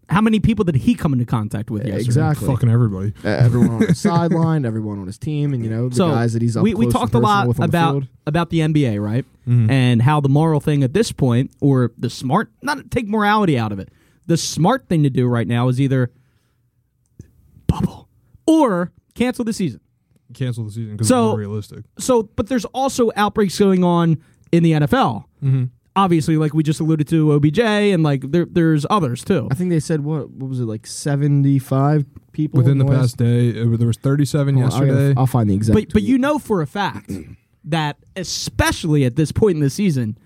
A: how many people did he come into contact with? yesterday?
B: exactly.
C: fucking everybody.
B: Uh, everyone on his sideline, everyone on his team, and you know the
A: so
B: guys that he's up
A: we,
B: close
A: we
B: and
A: talked a
B: personal
A: lot
B: with on the
A: about
B: field.
A: about the NBA, right? And how the moral thing at this point, or the smart, not take morality out of it. The smart thing to do right now is either bubble or cancel the season.
C: Cancel the season because
A: So-
C: it's more realistic.
A: so but there's also outbreaks going on in the NFL.
B: Mm-hmm.
A: Obviously, like we just alluded to, OBJ, and like there, there's others too.
B: I think they said what what was it like seventy five people
C: Within
B: in
C: the
B: last-
C: past day, it, there was 37
B: Hold on, I
C: yesterday.
B: gotta- I'll find the exact.
A: But but
B: tweet.
A: you know for a fact that especially at this point in the season,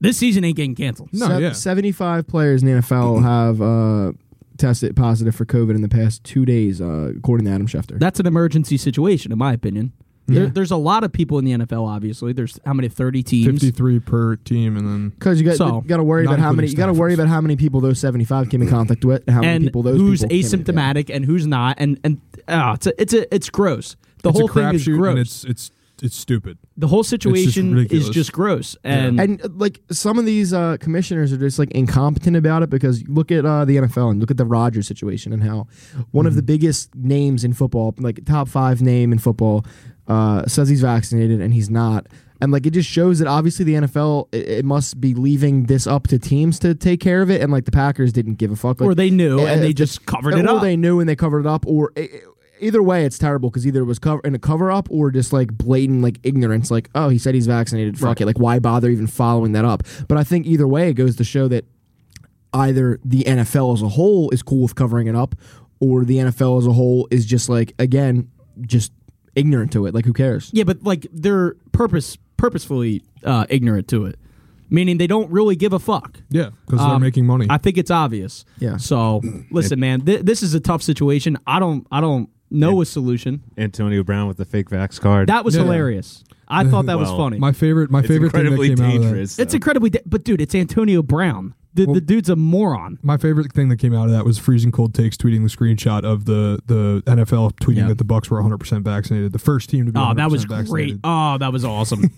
A: this season ain't getting canceled.
C: no, yeah.
B: seventy five players in the NFL have uh, tested positive for COVID in the past two days, uh, according to Adam Schefter.
A: That's an emergency situation, in my opinion. There, there's a lot of people in the NFL. Obviously, there's how many? Thirty teams.
C: 53 per team, and then
B: Because you got
A: So,
B: you got to worry
C: not
B: about how many
C: including
B: you got to worry about how many people those seventy five came in contact with, and how many
A: and
B: people those
A: who's
B: people came in-
A: asymptomatic and who's not, and and ah, it's a, it's a, it's gross. The
C: it's
A: whole
C: a
A: thing is
C: crapshoot,
A: gross.
C: and it's it's it's stupid.
A: the whole situation is
C: ridiculous.
A: just gross. And
B: Yeah. And uh, like some of these uh, commissioners are just like incompetent about it because look at uh, the NFL and look at the Rodgers situation and how one
A: Mm-hmm.
B: of the biggest names in football, like top five name in football, uh, says he's vaccinated and he's not. And like it just shows that obviously the NFL it, it must be leaving this up to teams to take care of it, and like the Packers didn't give a fuck. Like,
A: or they knew
B: Yeah,
A: and they
B: it's-
A: just covered
B: or
A: it up.
B: they knew and they covered it up, or e- e- either way, it's terrible because either it was cover in a cover up or just like blatant like ignorance, like oh he said he's vaccinated, fuck it, like why bother even following that up? But I think either way, it goes to show that either the NFL as a whole is cool with covering it up, or the NFL as a whole is just like again just ignorant to it. Like who cares?
A: yeah, but like they're purpose purposefully uh, ignorant to it, meaning they don't really give a fuck.
C: Yeah, because they're
A: Um,
C: making money.
A: I think it's obvious.
B: Yeah.
A: So listen, man, th- this is a tough situation. I don't, I don't know a solution.
D: Antonio Brown with the fake vax card.
A: That was
C: Yeah.
A: hilarious. I thought that was
D: Well,
A: funny.
C: my favorite, my
D: it's
C: favorite thing that
D: incredibly
C: came out of that.
D: dangerous.
A: it's
D: though.
A: incredibly, da- but dude, it's Antonio Brown. The, the dude's a moron.
C: My favorite thing that came out of that was freezing cold takes tweeting the screenshot of the the NFL tweeting
A: Yeah.
C: that the Bucks were 100 percent vaccinated, the first team to be.
A: Oh,
C: 100%
A: that was great.
C: vaccinated.
A: Oh, that was awesome.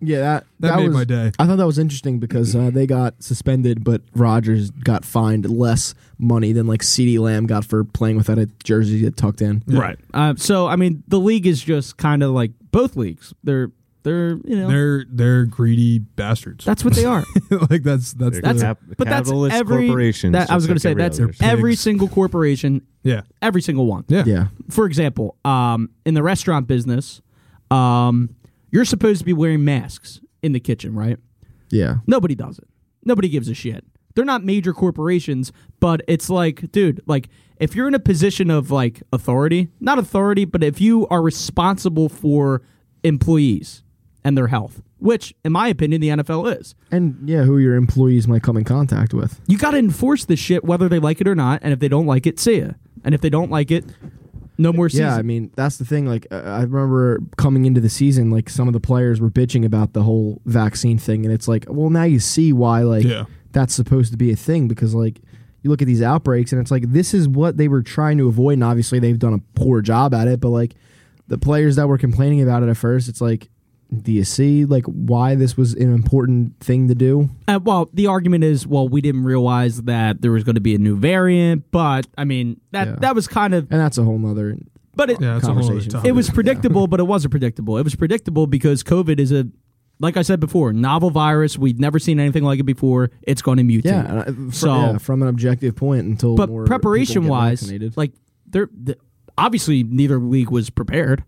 B: Yeah, that
C: That, made
B: was,
C: my day.
B: I thought that was interesting because uh, they got suspended, but Rogers got fined less money than like CeeDee Lamb got for playing without a jersey that tucked in.
A: Right. Uh, so I mean, the league is just kind of like both leagues. They're they're you know
C: They're they're greedy bastards.
A: that's what they are.
C: like that's that's,
D: They're
A: That's
C: their-
D: cap- capitalist corporations,
A: That, I
D: just
A: was going to
D: like
A: say
D: every
A: that's
D: other. They're
A: every
C: pigs.
A: single corporation,
C: yeah
A: every single one.
C: yeah
B: Yeah,
A: For example, um, in the restaurant business, um, You're supposed to be wearing masks in the kitchen, right?
B: Yeah.
A: Nobody does it. Nobody gives a shit. They're not major corporations, but it's like, dude, like if you're in a position of like authority, not authority, but if you are responsible for employees and their health, which in my opinion the NFL is.
B: And yeah, who your employees might come in contact with.
A: You got to enforce this shit whether they like it or not, and if they don't like it, see ya. And if they don't like it, no more season.
B: Yeah, I mean that's the thing. Like uh, I remember coming into the season, like some of the players were bitching about the whole vaccine thing, and it's like, well, now you see why like
C: Yeah.
B: that's supposed to be a thing because like you look at these outbreaks, and it's like this is what they were trying to avoid, and obviously they've done a poor job at it. But like the players that were complaining about it at first, it's like, do you see like why this was an important thing to do?
A: Uh, well, the argument is, well, we didn't realize that there was going to be a new variant, but I mean that
B: Yeah.
A: that was kind of,
B: And that's a whole nother.
A: but it,
C: Yeah, it's a whole other
B: Conversation.
C: topic.
A: it was predictable, but it wasn't predictable. It was predictable because COVID is a, like I said before, novel virus. We've never seen anything like it before. It's going to mutate.
B: Yeah, and I- fr-
A: So-
B: yeah, from an objective point until more people
A: but
B: get
A: preparation wise,
B: vaccinated.
A: like there, th- obviously neither league was prepared.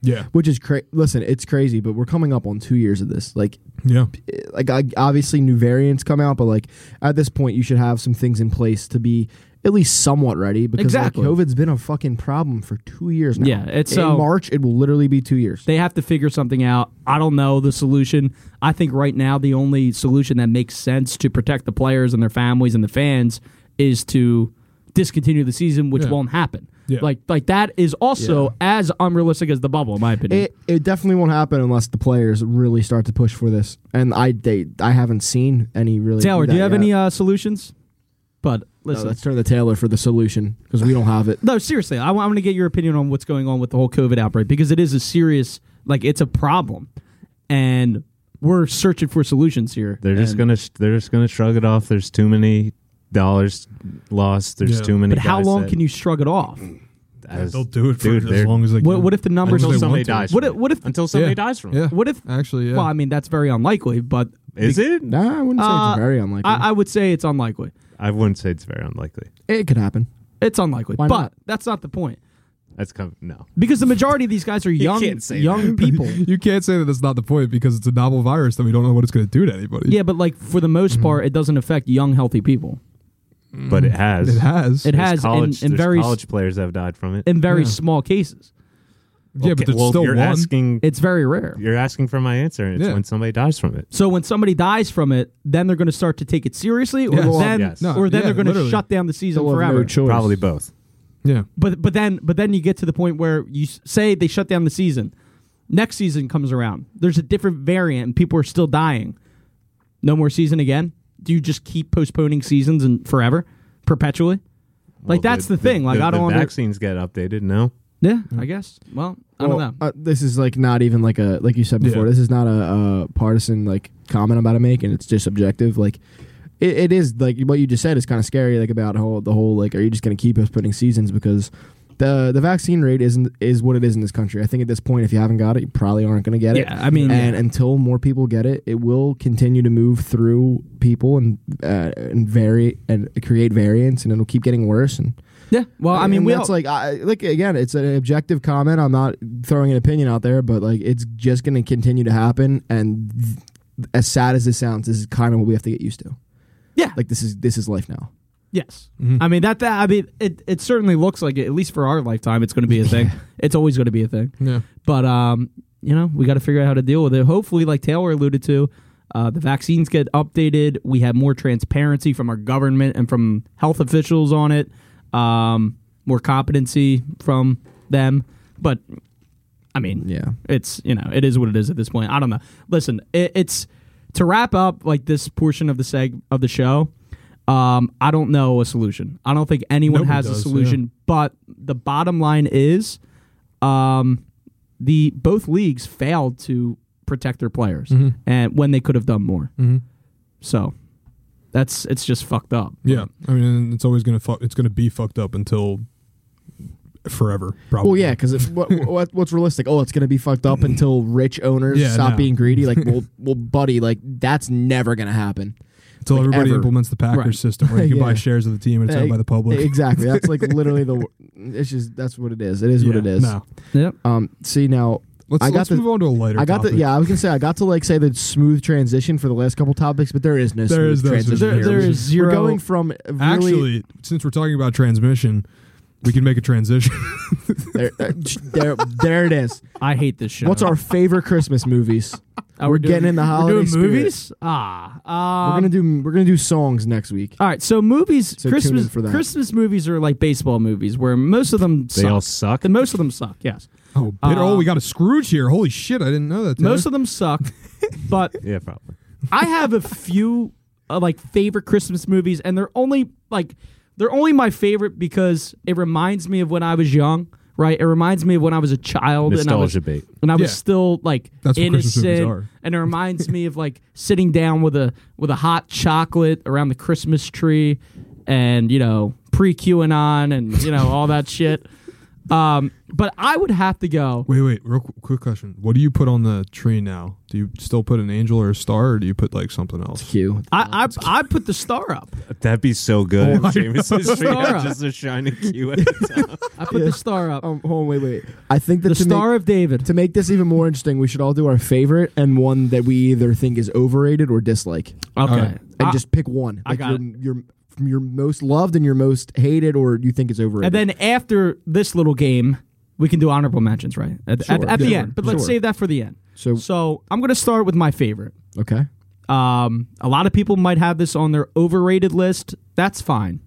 C: yeah,
B: which is crazy. Listen, it's crazy, but we're coming up on two years of this. Like,
C: yeah,
B: eh, like I, obviously new variants come out, but like at this point, you should have some things in place to be at least somewhat ready because
A: Exactly.
B: like, COVID's been a fucking problem for two years now.
A: Yeah, it's,
B: in
A: uh,
B: March. It will literally be two years.
A: They have to figure something out. I don't know the solution. I think right now the only solution that makes sense to protect the players and their families and the fans is to discontinue the season, which
C: Yeah.
A: won't happen.
C: Yeah.
A: Like like that is also as unrealistic as the bubble, in my opinion.
B: It, it definitely won't happen unless the players really start to push for this, and I they I haven't seen any really.
A: Taylor, do
B: that
A: you have
B: yet.
A: any uh, solutions? But
B: No,
A: listen, no,
B: let's turn to Taylor for the solution because we don't have it.
A: seriously, I, want to get your opinion on what's going on with the whole COVID outbreak because it is a serious, like it's a problem, and we're searching for solutions here.
D: They're just
A: And-
D: gonna sh- they're just gonna shrug it off. There's too many dollars lost. There's
C: Yeah.
D: too many.
A: But how
D: guys
A: long
D: that-
A: can you shrug it off?
D: as-
C: they'll do it for
D: Dude,
C: as
D: they're-
C: long as they can.
A: What, what if the numbers
D: until
A: are
C: they
D: somebody
C: want to.
D: dies?
A: What
D: from
A: if- what if-
D: until somebody
C: Yeah.
D: dies from? it?
C: Yeah,
A: What if?
C: actually, yeah,
A: Well, I mean that's very unlikely, but
D: Is it?
B: Nah, I wouldn't say
A: Uh,
B: it's very unlikely.
A: I, I would say it's unlikely.
D: I wouldn't say it's very unlikely.
B: it could happen.
A: It's unlikely,
B: Why
A: but
B: not?
A: that's not the point
D: That's kind of, no.
A: because the majority of these guys are young,
D: can't say
A: young people.
C: you can't say that that's not the point because it's a novel virus that we don't know what it's going to do to anybody.
A: Yeah, but like for the
C: Mm-hmm.
A: most part, it doesn't affect young, healthy people.
D: But it has.
C: Mm. it has.
A: Mm. It
D: There's
A: has
D: college,
A: in, in
D: there's
A: very s-
D: college players that have died from it.
A: in very
C: Yeah.
A: small cases.
C: yeah, but
D: Okay,
C: there's
D: well,
C: still
D: you're
C: one.
D: asking.
A: It's very rare.
D: You're asking for my answer, and it's
C: Yeah.
D: when somebody dies from it.
A: So when somebody dies from it, then they're going to start to take it seriously, or
C: Yes.
A: then
D: Yes.
C: No,
A: or then
C: yeah,
A: they're going to
C: literally.
A: shut down the season
B: They'll have
A: forever.
B: no choice.
D: Probably both.
C: yeah,
A: But but then but then you get to the point where you s- say they shut down the season. Next season comes around. There's a different variant and people are still dying. No more season again? Do you just keep postponing seasons and forever? Perpetually? Like, that's the thing. Like, I don't
D: the
A: under-
D: vaccines get updated. No,
A: Yeah, I guess. Well, I don't
B: Well,
A: know.
B: Uh, this is like not even like a like you said before.
C: Yeah.
B: This is not a, a partisan like comment I'm about to make, and it's just subjective. Like it, it is like what you just said is kind of scary. Like about whole the whole like, are you just going to keep us putting seasons because the the vaccine rate isn't is what it is in this country. I think at this point, if you haven't got it, you probably aren't going to get it.
A: Yeah, I mean,
B: and until more people get it, it will continue to move through people and uh, and vary and create variants, and it'll keep getting worse. And
A: yeah. Well, I mean,
B: and
A: we all,
B: that's like, I, like again, it's an objective comment. I'm not throwing an opinion out there, but like, it's just going to continue to happen. And th- as sad as this sounds, this is kind of what we have to get used to.
A: yeah.
B: Like, this is this is life now.
A: Yes.
C: Mhm.
A: I mean that, that I mean it, it certainly looks like it, at least for our lifetime it's going to be a thing. It's always going to be a thing.
C: yeah.
A: But um, you know, we got to figure out how to deal with it. Hopefully, like Taylor alluded to, uh, the vaccines get updated. We have more transparency from our government and from health officials on it. Um, more competency from them. But I mean,
B: Yeah,
A: it's you know it is what it is at this point i don't know listen it, it's to wrap up like this portion of the seg of the show um i don't know a solution i don't think anyone
C: Nobody
A: has a
C: does,
A: solution but the bottom line is um the both leagues failed to protect their players
B: Mm-hmm.
C: Mhm.
A: and when they could have done more
C: Mhm.
A: so that's it's just fucked up
C: Yeah, I mean, it's always gonna fuck. It's gonna be fucked up until forever. Probably.
B: well, yeah, because what, what what's realistic? Oh, it's going to be fucked up until rich owners
C: Yeah,
B: stop
C: no.
B: being greedy. Like, well, well, buddy, like that's never going to happen.
C: until
B: like,
C: everybody
B: ever.
C: implements the Packers
A: Right.
C: system where you can
B: Yeah.
C: buy shares of the team and it's owned by the public.
B: Exactly. That's like literally the. It's just that's what it is. It is what
C: Yeah,
B: it is.
C: No.
A: yep
B: Um, see now,
C: Let's,
B: I got
C: let's
B: the-
C: move on to a lighter.
B: I got the
C: topic.
B: yeah. I was gonna say I got to like say the smooth transition for the last couple topics, but there is no smooth
C: There is no smooth
B: transition.
A: There,
C: Here,
A: there
C: we should-
A: is zero.
B: We're going from really
C: Actually, since we're talking about transmission, we can make a transition.
B: there, uh, there, there it is.
A: I hate this show.
B: What's our favorite Christmas movies?
A: Uh,
B: we're
A: doing-
B: getting in the
A: we're doing
B: holiday spirit.
A: movies? Ah, um,
B: we're gonna do we're gonna do songs next week.
A: All right, so movies,
B: So tune
A: Christmas
B: in for that.
A: Christmas movies are like baseball movies, where most of them
D: They
A: suck.
D: all suck?
A: And most of them suck. Yes,
C: oh, bitter.
D: uh,
C: oh, we got a Scrooge here. Holy shit! I didn't know that. Taylor.
A: most of them suck. but
D: Yeah, probably.
A: I have a few uh, like favorite Christmas movies, and they're only like they're only my favorite because it reminds me of when I was young. Right, it reminds me of when I was a child and I was
D: Nostalgia bait.
A: and I was
C: Yeah.
A: still like
C: That's what Christmas movies
A: innocent,
C: are.
A: and it reminds me of like sitting down with a with a hot chocolate around the Christmas tree, and you know pre QAnon and you know all that shit. Um, but I would have to go.
C: Wait, wait, real qu- quick question. What do you put on the tree now? Do you still put an angel or a star, or do you put like something else?
B: Q.
A: I I, I put the star up.
D: That'd be so
A: Oh
D: good. if Jameson's tree had
A: Nora.
D: just a shining cue at the top.
A: I put the star up.
B: Um, hold on, wait, wait. I think that
A: the
B: to
A: star
B: make,
A: of David.
B: to make this even more interesting, we should all do our favorite and one that we either think is overrated or dislike,
A: Okay, Uh,
C: right.
B: and
A: I-
B: just pick one.
A: I
B: Like
A: got
B: your, your from your most loved and your most hated, or you think is overrated.
A: and then after this little game. We can do honorable mentions, right? At, at-
B: Sure.
A: at the
B: Sure.
A: end, but let's
B: Sure.
A: save that for the end.
B: so
A: So I'm going to start with my favorite.
B: okay,
A: Um, a lot of people might have this on their overrated list. That's fine.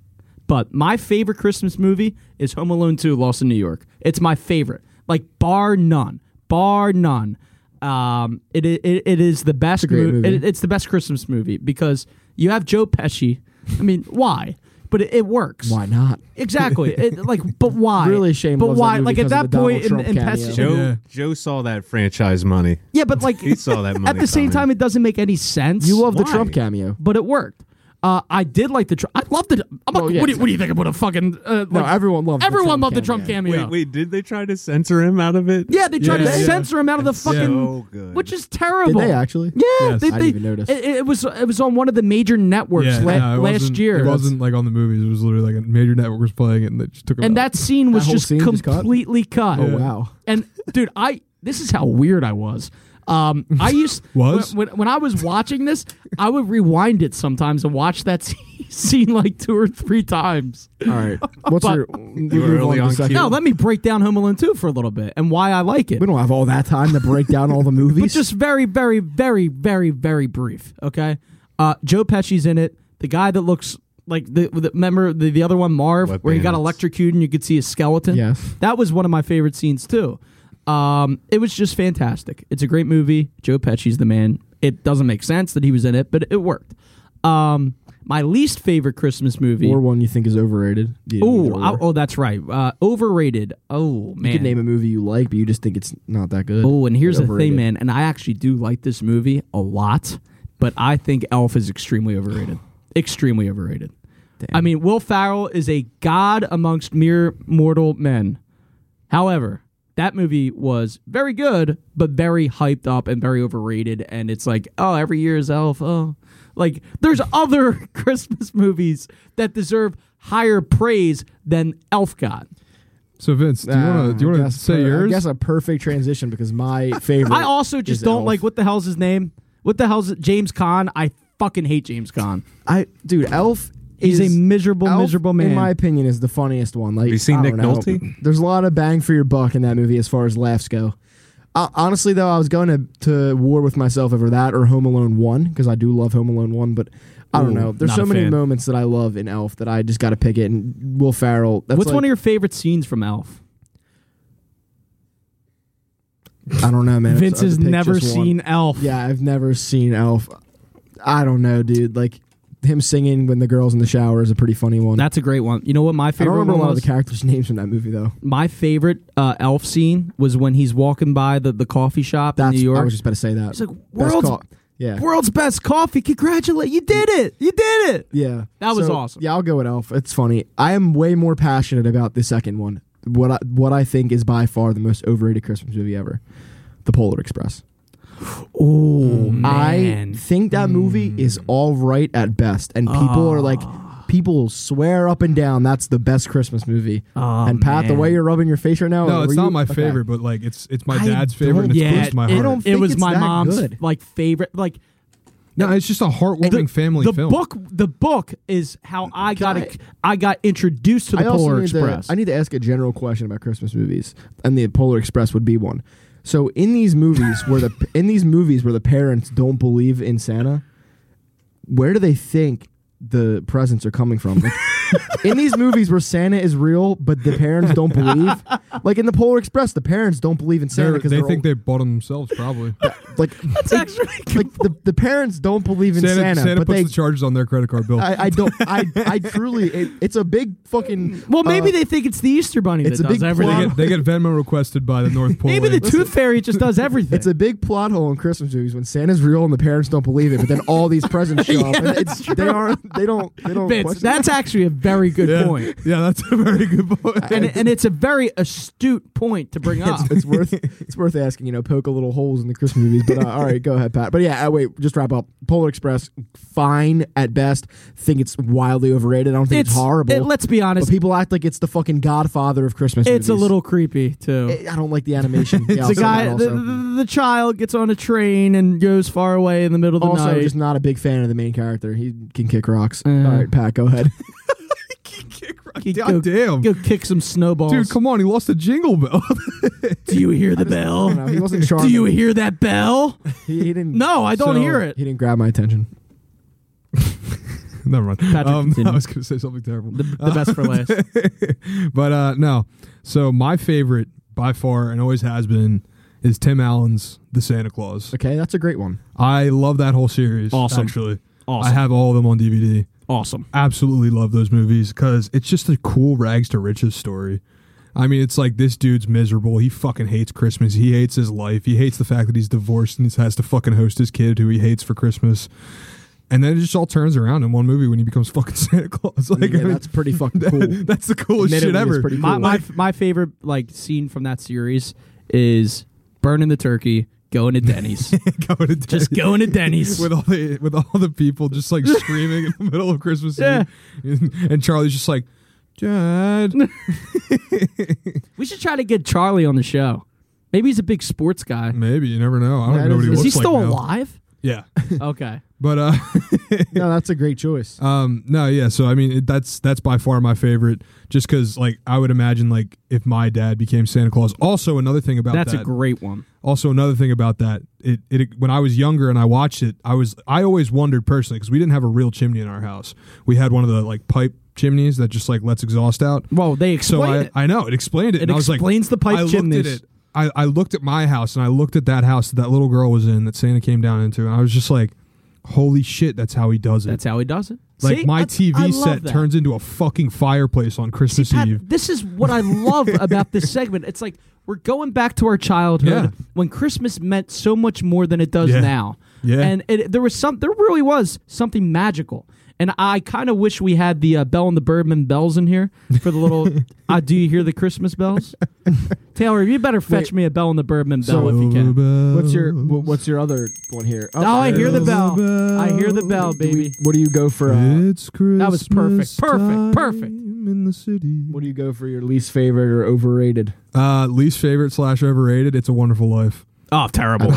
A: But my favorite Christmas movie is Home Alone 2 Lost in New York. It's my favorite. Like, bar none. Bar none. Um, it, it, it is the best
B: great
A: mo-
B: movie.
A: It, it's the best Christmas movie because you have Joe Pesci. I mean, why? But it, it works.
B: why not?
A: Exactly. It, like, but why?
B: Really, Shane
A: But
B: loves that
A: why?
B: movie
A: like at
B: because of
A: that
B: the Donald
A: point in,
B: Trump
A: in
B: cameo.
A: Pesci,
D: Joe
C: Yeah.
D: Joe saw that franchise money.
A: yeah, but like
D: He saw that money.
A: at the same
D: coming.
A: time, it doesn't make any sense.
B: You love the
D: Why?
B: Trump cameo.
A: but it worked. Uh, I did like the. Tr- I loved the. I'm like,
B: Oh, yeah.
A: what, do you, what do you think about a fucking? Uh,
B: No,
A: like-
B: everyone loved.
A: everyone
B: the Trump
A: loved the
B: cameo.
A: Trump cameo.
D: Wait, wait, did they try to censor him out of it?
A: Yeah, they tried
C: Yeah,
A: to
C: yeah.
A: censor him out of the
D: So
A: fucking,
D: good.
A: which is
B: Did
A: terrible.
B: they actually?
A: Yeah,
C: Yes.
A: they,
B: I didn't
A: they-
B: even notice.
A: It, it was it was on one of the major networks la-
C: no, it
A: last
C: wasn't-
A: year.
C: It wasn't like on the movies. It was literally like a major network was playing it, and they just took it.
A: and
C: out.
A: that scene was
B: whole
A: just
B: scene just cut?
A: completely cut.
B: Oh wow.
A: And dude, I this is how weird I was. Um, I used
C: Was?
A: when, when when I was watching this, I would rewind it sometimes and watch that scene- scene like two or three times.
B: All right. What's
A: But-
B: your?
D: You were early on cue.
A: No, let me break down Home Alone 2 for a little bit and why I like it.
B: we don't have all that time to break down all the
A: But
B: movies.
A: just very, very, very, very, very brief. Okay. Uh, Joe Pesci's in it. The guy that looks like the, the remember the, the other one, Marv,
D: Wet
A: where he got
D: bandits.
A: electrocuted and you could see his skeleton.
B: yes.
A: That was one of my favorite scenes too. Um, it was just fantastic. It's a great movie. Joe Pesci's the man. It doesn't make sense that he was in it, but it worked. Um, my least favorite Christmas movie.
B: Or one you think is overrated. Yeah,
A: Ooh,
B: either
A: I-
B: or.
A: oh, that's right. Uh, overrated. Oh man,
B: you could name a movie you like, but you just think it's not that good.
A: Oh, and here's
B: It's
A: the
B: overrated.
A: thing, man. And I actually do like this movie a lot, but I think Elf is extremely overrated. extremely overrated.
B: Damn.
A: I mean, Will Farrell is a god amongst mere mortal men. However, that movie was very good, but very hyped up and very overrated. And it's like, oh, every year is Elf. Oh, like there's other Christmas movies that deserve higher praise than Elf got.
C: so Vince, do you
B: Ah,
C: want to do you
B: I
C: want to
B: guess
C: say
B: per-
C: yours?
B: I guess oh, a perfect transition because my favorite.
A: I also just
B: is
A: don't
B: Elf.
A: like what the hell's his name? What the hell's it? James Caan? I fucking hate James Caan.
B: I dude, Elf.
A: He's
B: is-
A: a miserable,
B: Elf,
A: miserable man.
B: In my opinion, is the funniest one. Like
D: Have you seen
B: I
D: Nick
B: don't know.
D: Nolte?
B: There's a lot of bang for your buck in that movie as far as laughs go. Uh, honestly, though, I was going to, to war with myself over that or Home Alone one because I do love Home Alone one, but I don't
A: Ooh,
B: know. There's
A: not
B: so
A: a
B: many
A: fan.
B: moments that I love in Elf that I just got to pick it. And Will Farrell. That's
A: What's
B: like,
A: one of your favorite scenes from Elf?
B: your? I don't know, man.
A: Vince
B: It's- I have
A: has
B: to pick
A: never
B: just one.
A: seen Elf.
B: Yeah, I've never seen Elf. I don't know, dude. Like him singing when the girls in the shower is a pretty funny one.
A: That's a great one. You know what my
B: I don't
A: favorite
B: remember
A: one
B: a lot of
A: was?
B: the characters' names from that movie though.
A: my favorite uh, Elf scene was when he's walking by the, the coffee shop
B: That's
A: in New York.
B: I was just about to say that.
A: it's like
B: Best
A: world's
B: call- Yeah.
A: world's best coffee. Congratulate you did it. You did it.
B: Yeah,
A: That was
B: So,
A: awesome.
B: Yeah, I'll go with Elf. It's funny. I am way more passionate about the second one. What I, what I think is by far the most overrated Christmas movie ever, The Polar Express.
A: Oh Hmm. Ah.
B: I think that movie is all right at best, and people are like, People swear up and down that's the best Christmas movie.
A: Oh,
B: and Pat, the
A: man.
B: way you're rubbing your face right now,
C: No, it's
B: were
C: not
B: you-
C: my
B: okay.
C: favorite, but like it's it's my
B: I
C: dad's favorite, and it's
A: yeah,
C: close to my
A: it,
C: heart.
B: don't
A: it
B: think
A: was
B: it's
A: my
B: that
A: mom's
B: good.
A: like favorite. Like
C: no, it's just a heartwarming family
A: the
C: film.
A: book, the book is how I got
B: I-
A: I, got introduced to the
B: Mm, I also
A: Polar
B: need
A: Express.
B: To, I need to ask a general question about Christmas movies, and the Polar Express would be one. So in these movies where the in these movies where the parents don't believe in Santa, where do they think the presents are coming from? Like, in these movies where Santa is real, but the parents don't believe, like in the Polar Express, the parents don't believe in Santa
C: They're-
B: because
C: they
B: they're
C: think they bought them themselves, probably.
B: all- like
A: That's actually
B: like the, the parents don't believe in
C: Santa,
B: Santa,
C: Santa
B: but
C: puts
B: they.
C: the charges on their credit card bill.
B: I, I don't. I, I truly. It, it's a big fucking.
A: well. Maybe
B: uh,
A: they think it's the Easter Bunny
B: it's
A: that
B: a
A: does
B: big
A: everything.
C: they, get, they get Venmo requested by the North Pole.
A: Maybe the
C: Ladies.
A: Tooth Fairy just does everything.
B: It's a big plot hole in Christmas movies when Santa's real and the parents don't believe it, but then all these presents show up. And it's, they aren't. They don't. They don't.
A: Vince,
B: question
A: that's actually a very good
C: yeah.
A: point.
C: Yeah, that's a very good point.
A: And, and it's a very astute point to bring up.
B: it. it's, it's worth. It's worth asking. You know, poke a little holes in the Christmas movies. But uh, all right, go ahead, Pat. But yeah, uh, wait. Just wrap up. Polar Express, fine at best. Think it's wildly overrated. I don't think it's, horrible.
A: it- let's be
B: but
A: honest,
B: people act like it's the fucking Godfather of Christmas.
A: it's a
B: movies.
A: little creepy too.
B: I I don't like the animation. Yeah,
A: it's
B: I'll
A: a
B: say that
A: guy. The,
B: also.
A: the, the child gets on a train and goes far away in the middle of the
B: also,
A: night.
B: just not a big fan of the main character. He can kick rocks.
A: Uh.
B: All right, Pat, go ahead.
A: go,
C: God damn.
A: go kick some snowballs.
C: Dude, come on. He lost a jingle bell.
A: Do you hear the
B: I don't know.
A: bell?
B: He wasn't
A: Do
B: charming.
A: you hear that bell?
B: He, he didn't.
A: No, I don't
C: So-
A: hear it.
B: He didn't grab my attention.
C: Never mind.
A: Patrick,
C: Um,
A: continue.
C: I was going to say something terrible.
A: The, the best for last.
C: but uh, no. So my favorite by far and always has been is Tim Allen's The Santa Claus.
B: Okay, that's a great one.
C: I love that whole series.
A: Awesome.
C: Actually, I
A: Awesome.
C: have all of them on DVD.
A: awesome.
C: Absolutely love those movies because it's just a cool rags to riches story. I mean, it's like this dude's miserable. He fucking hates Christmas. He hates his life. He hates the fact that he's divorced and has to fucking host his kid who he hates for Christmas. And then it just all turns around in one movie when he becomes fucking Santa Claus.
B: I mean,
C: Like,
B: yeah,
C: I mean,
B: that's pretty fucking cool.
C: that's the coolest
B: Admittedly,
C: shit
B: it's
C: ever.
B: pretty
A: My,
B: cool.
A: my my favorite like scene from that series is burning the turkey, going to Denny's,
C: Going to
A: just going to Denny's.
C: with all the with all the people just like screaming in the middle of Christmas
A: Yeah.
C: Eve, and Charlie's just like, Dad,
A: we should try to get Charlie on the show. Maybe he's a big sports guy.
C: maybe you never know. I don't
B: That
C: even know what he
A: Is
B: is-
C: Mm, looks
A: he
C: like
A: still
C: now.
A: alive?
C: Yeah,
A: Okay.
C: but uh,
B: no, that's a great choice.
C: um, no, yeah. So I mean, it, that's that's by far my favorite, just because like I would imagine like if my dad became Santa Claus. Also, another thing about
A: That's
C: that,
A: a great one.
C: also another thing about that it, it when i was younger and i watched it i was i always wondered personally because we didn't have a real chimney in our house we had one of the like pipe chimneys that just like lets exhaust out
A: Well, they
C: so
A: explain
C: I,
A: it.
C: I know it explained
A: It
C: it, and I was like,
A: explains the pipe
C: I
A: chimneys.
C: looked at it I, I looked at my house and I looked at that house that that little girl was in that Santa came down into and I was just like holy shit that's how he does it
A: That's how he does it.
C: like
A: See?
C: my
A: That's- I
C: TV
A: love
C: set
A: that.
C: turns into a fucking fireplace on Christmas
A: See, Pat,
C: Eve
A: this is what I love about this segment. It's like we're going back to our childhood
C: Yeah.
A: when Christmas meant so much more than it does
C: Yeah.
A: now.
C: Yeah.
A: And it, there was some there really was something magical. And I kind of wish we had the uh, Bell and the Birdman bells in here for the little uh, do you hear the Christmas bells? Taylor, you better fetch
B: Wait.
A: me a Bell and the Birdman
B: So-
A: bell if you can.
B: What's your wh- What's your other one here?
A: Oh, I hear the
B: there's-
A: bell. I hear the bell,
B: Do we-
A: baby. Hmm?
B: what do you go for? Uh,
C: it's Christmas.
A: That was perfect. Perfect. Perfect.
C: time In the city.
B: what do you go for your least favorite or overrated?
C: Uh, least favorite slash overrated. It's a Wonderful Life.
A: Oh, terrible.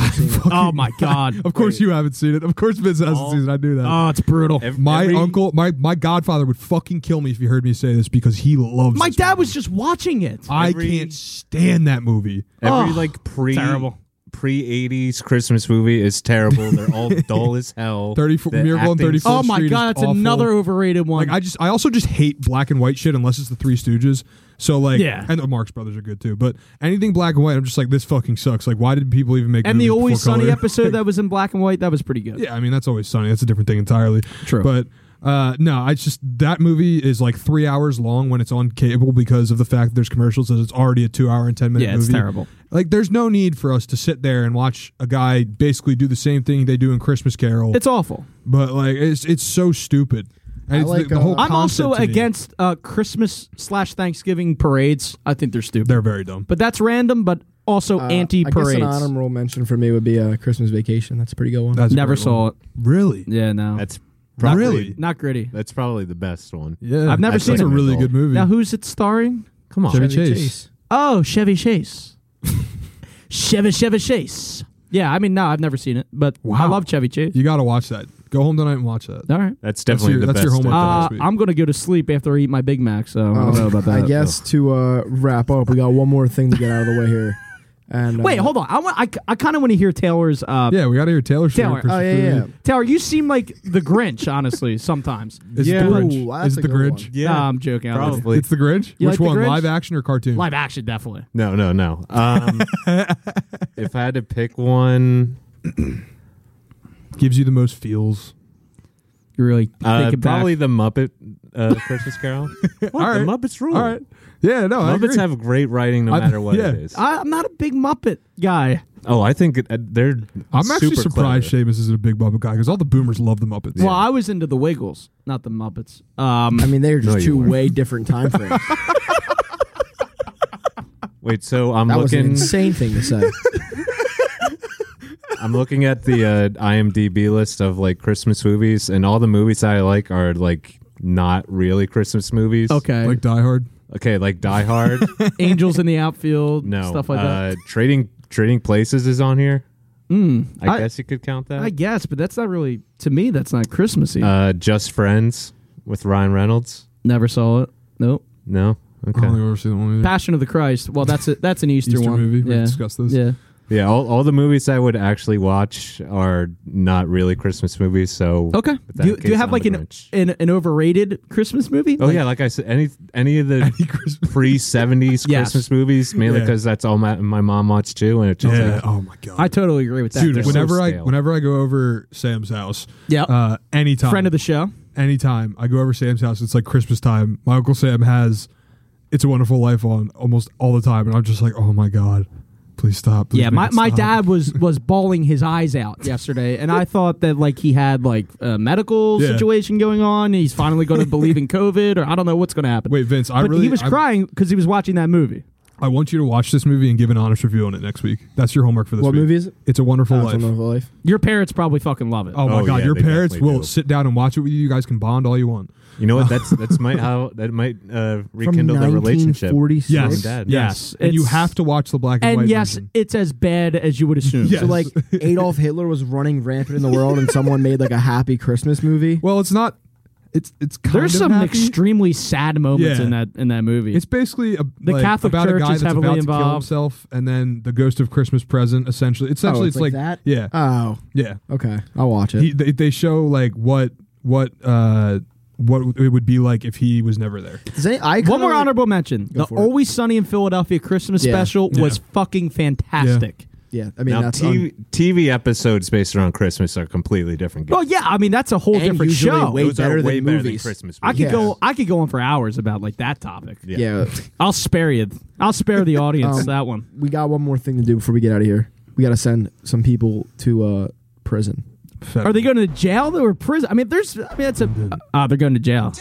A: oh my god.
C: Of course, you haven't seen it. Of course, Vince hasn't
A: Oh.
C: seen it. I knew that.
A: Oh, it's brutal.
D: Ev-
C: my
D: every-
C: uncle, my my godfather would fucking kill me if he heard me say this because he loves.
A: My
C: this
A: dad
C: movie.
A: was just watching it.
C: I
D: Every-
C: can't stand that movie.
D: Every
A: Oh,
D: like pre
A: terrible.
D: pre eighties Christmas movie is terrible. They're all dull as hell.
C: 34
D: The
C: Miracle on
D: acting's
C: 34th
D: so
A: Oh my
C: Street is
A: god, that's
C: awful.
A: another overrated one.
C: Like I just, I also just hate black and white shit unless it's the Three Stooges. So like,
A: Yeah.
C: and the Marx Brothers are good too. But anything black and white, I'm just like, this fucking sucks. Like, why did people even make?
A: and the
C: movies
A: Always
C: before
A: Sunny
C: color?
A: episode that was in black and white, that was pretty good.
C: Yeah, I mean that's always sunny. That's a different thing entirely.
A: True.
C: but uh, no, I just that movie is like three hours long when it's on cable because of the fact that there's commercials. That it's already a two hour and ten minute.
A: Yeah,
C: movie.
A: it's terrible.
C: Like, there's no need for us to sit there and watch a guy basically do the same thing they do in Christmas Carol.
A: It's awful.
C: but like, it's it's so stupid. And
B: I
C: it's
B: like,
C: the, the
B: uh,
C: whole
A: I'm also
C: concept to me,
A: against uh, Christmas slash Thanksgiving parades. I think they're stupid.
C: They're very dumb.
A: but that's random, but also
B: Uh,
A: Oh, anti
B: I guess an
A: parades.
B: honorable mention for me would be uh, Christmas Vacation. That's a pretty good one.
C: That's a
A: Never
C: great one.
A: saw it.
C: Really?
A: Yeah, no.
D: That's
A: Not
C: Really?
A: gritty. Not gritty.
D: That's probably the best one.
C: Yeah,
A: I've never
C: that's
A: seen
C: a
A: it.
C: really good movie.
A: Now, who's it starring?
D: Come on.
C: Chevy Chase.
A: Oh, Chevy Chase. Chevy Chevy Chase. Yeah, I mean, no, I've never seen it, but I
C: Wow.
A: love Chevy Chase.
C: You got to watch that. Go home tonight and watch that.
A: All right.
D: That's definitely
C: your-
D: the
C: that's your
D: best.
C: homework.
D: one.
A: Uh,
C: last week.
A: I'm gonna go to sleep after I eat my Big Mac, so I
B: Um,
A: don't know about that.
B: I guess to uh, wrap up, we got one more thing to get out of the way here. And uh,
A: Wait, hold on. I want. I, I kind of want to hear Taylor's. Uh,
C: Yeah, we got to hear Taylor
A: Taylor.
C: Swift.
B: Oh yeah, yeah.
A: Taylor, you seem like the Grinch, honestly. Sometimes.
C: Is
D: Yeah.
C: the
B: Ooh,
C: Grinch?
B: that's
C: Is
B: a
C: the
B: good
C: Grinch?
A: No, I'm joking. I love it.
D: probably.
C: It's the Grinch.
A: You
C: Which
A: like the
C: one?
A: Grinch?
C: Live action or cartoon?
A: Live action, definitely.
D: No, no, no. Um, if I had to pick one,
C: Gives you the most feels.
A: You're really
D: uh,
A: thinking back.
D: probably the Muppet uh, Christmas Carol. What?
C: All right.
D: The Muppets rule.
C: All right. Yeah. No. I
D: Muppets
C: agree.
D: have great writing no
C: I-
D: matter what
C: yeah.
D: it is.
A: I, I'm not a big Muppet guy.
D: oh, I think it, uh, they're.
C: I'm actually
D: super
C: surprised
D: clever.
C: Seamus isn't a big Muppet guy because all the boomers love the Muppets.
A: Well, I was into the Wiggles, not the Muppets. Um,
B: I mean, they're just
D: No, you
B: two
D: weren't.
B: way different time frames.
D: Wait, so I'm
B: that was an
D: looking.
B: insane thing to say.
D: I'm looking at the uh, IMDb list of like Christmas movies, and all the movies I like are like not really Christmas movies.
A: okay,
C: like Die Hard.
D: Okay, like Die Hard.
A: Angels in the Outfield,
D: no
A: stuff like
D: uh,
A: that. Hmm.
D: Trading Trading Places is on here. I,
A: I-
D: guess you could count that.
A: I guess, but that's not really to me. That's not Christmassy.
D: Uh, Just Friends with Ryan Reynolds.
A: Never saw it. Nope.
D: No.
C: I don't
D: Okay.
C: think I've ever seen that one either.
A: Passion of the Christ. Well, that's a, that's an Easter,
C: Easter
A: one.
C: movie. We
A: Yeah.
C: discussed this.
A: Yeah.
D: Yeah, all, all the movies I would actually watch are not really Christmas movies. So
A: Okay.
D: with that
A: Do you, do you
D: case,
A: have
D: I'm
A: like
D: the
A: an,
D: Grinch.
A: an an overrated Christmas movie?
D: Oh
A: Like-
D: yeah, like I said, any any of the pre seventies
A: Yes.
D: Christmas movies, mainly
C: Yeah.
D: because that's all my my mom watched too, and it just
C: Yeah.
D: like,
C: Oh my god.
A: I totally agree with that.
C: Dude,
A: There's-
D: when-
C: whenever I
D: stale.
C: whenever I go over Sam's house,
A: yeah.
C: uh, anytime
A: Friend of the show.
C: anytime I go over Sam's house, it's like Christmas time. My uncle Sam has "It's a Wonderful Life" on almost all the time, and I'm just like, oh my god, please stop. Please
A: Yeah,
C: make
A: my,
C: it
A: my
C: stop."
A: dad was was bawling his eyes out yesterday, and I thought that like he had like a medical
C: Yeah.
A: situation going on. And he's finally going to believe in COVID, or I don't know what's going to happen.
C: Wait, Vince, I
A: but
C: really
A: he was
C: I,
A: crying because he was watching that movie.
C: I want you to watch this movie and give an honest review on it next week. That's your homework for this.
B: what
C: week.
B: movie is it?
C: It's a Wonderful
B: Oh, it's
C: Life.
B: Another life.
A: Your parents probably fucking love it.
C: Oh my
D: Oh,
C: god,
D: yeah,
C: your
D: they
C: parents
D: definitely
C: will
D: do.
C: sit down and watch it with you. You guys can bond all you want.
D: you know what? That's that's might how that might uh,
B: From
D: rekindle the relationship.
B: 1946.
C: Yes,
D: Dad.
A: Yes,
C: and you
A: it's-
C: have to watch the black and,
A: and
C: white.
A: yes,
C: version.
A: it's as bad as you would assume.
C: Yes.
B: So like Adolf Hitler was running rampant in the world, and someone made like a happy Christmas movie.
C: well, it's not. It's it's kind
A: There's
C: of
A: some
C: happy.
A: extremely sad moments
C: Yeah.
A: in that in that movie.
C: It's basically a,
A: The
C: like,
A: Catholic
C: about
A: Church
C: a guy
A: is
C: that's
A: heavily
C: about to kill
A: involved.
C: himself, and then the ghost of Christmas present. Essentially, essentially,
B: Oh,
C: it's, like,
B: that.
C: yeah,
A: Uh.
B: Oh,
C: yeah.
B: okay. I'll watch it.
C: He, they, they show like what what uh what it would be like if he was never there.
B: Does any, I
A: One
B: kinda
A: more
B: like-
A: honorable mention: the
B: for it.
A: Always Sunny in Philadelphia Christmas
B: Yeah.
A: special
C: Yeah.
A: was fucking fantastic.
B: Yeah, I mean
D: now
B: that's un-
D: TV, TV episodes based around Christmas are completely different.
A: Well, Oh, yeah, I mean that's a whole
B: And
A: different
B: usually
A: show.
B: way
D: Those
B: better
D: are
B: than
D: way better
B: movies.
D: than Christmas.
A: I could
D: movies.
A: go. I could go on for hours about like that topic.
D: Yeah.
B: yeah.
A: I'll spare you. I'll spare the audience
B: Um,
A: that one.
B: we got one more thing to do before we get out of here. We got to send some people to uh, prison.
A: Are they going to jail though, or prison? I mean, there's. I mean, that's a. Ah, they're going to jail.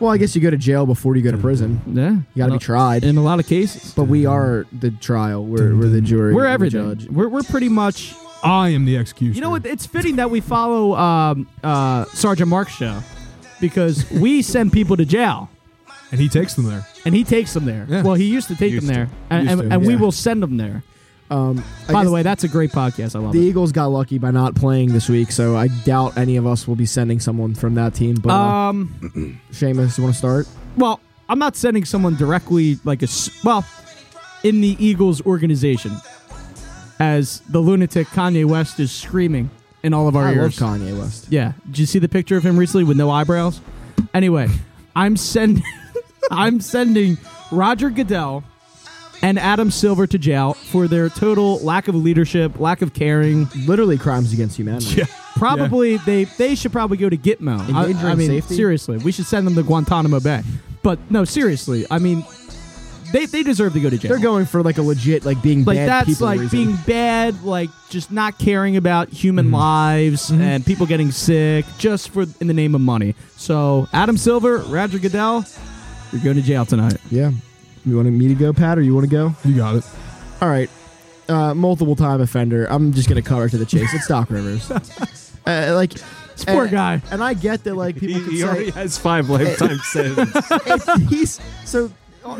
B: Well, I guess you go to jail before you go to prison.
A: Yeah, Uh,
B: You got to be tried.
A: in a lot of cases.
B: But we are the trial. We're, we're the jury.
A: We're
B: and the
A: everything.
B: judge.
A: We're we're pretty much.
C: I am the executioner.
A: You know what? It's fitting that we follow um, uh, Sergeant Mark's show because we send people to jail
C: And he takes them there.
A: and he takes them there.
C: Yeah.
A: Well, he used to take
D: Used
A: them there,
D: to.
A: and,
B: Used
A: and,
B: to,
A: and we
B: yeah.
A: will send them there.
B: Um, I
A: By the
B: guess
A: way, that's a great podcast. I love
B: the
A: it.
B: Eagles got lucky by not playing this week, so I doubt any of us will be sending someone from that team. But uh,
A: Um.
B: Seamus, you want to start?
A: well, I'm not sending someone directly like a s- well in the Eagles organization as the lunatic Kanye West is screaming in all of our
B: I love
A: ears.
B: Kanye West.
A: yeah, did you see the picture of him recently with no eyebrows? Anyway, I'm sending I'm sending Roger Goodell and Adam Silver to jail for their total lack of leadership, lack of caring.
B: Literally crimes against humanity.
A: Probably they they should probably go to Gitmo.
B: Endangering
A: I, I mean,
B: safety?
A: seriously, we should send them to Guantanamo Bay. But no, seriously, I mean, they, they deserve to go to jail.
B: They're going for like a legit like being
A: like
B: bad
A: that's
B: people
A: like
B: reason. Mm-hmm.
A: being bad, like just not caring about human lives and people getting sick just for in the name of money. So Adam Silver, Roger Goodell, you're going to jail tonight.
B: yeah. You want me to go, Pat, or you want to go?
C: You got it.
B: All right. Uh, multiple time offender. I'm just going to cut her to the chase. It's Doc Rivers. uh, like,
A: This poor guy.
B: And I get that like people
D: He,
B: can
D: he
B: say
D: already has five lifetime sentence.
B: It's- he's so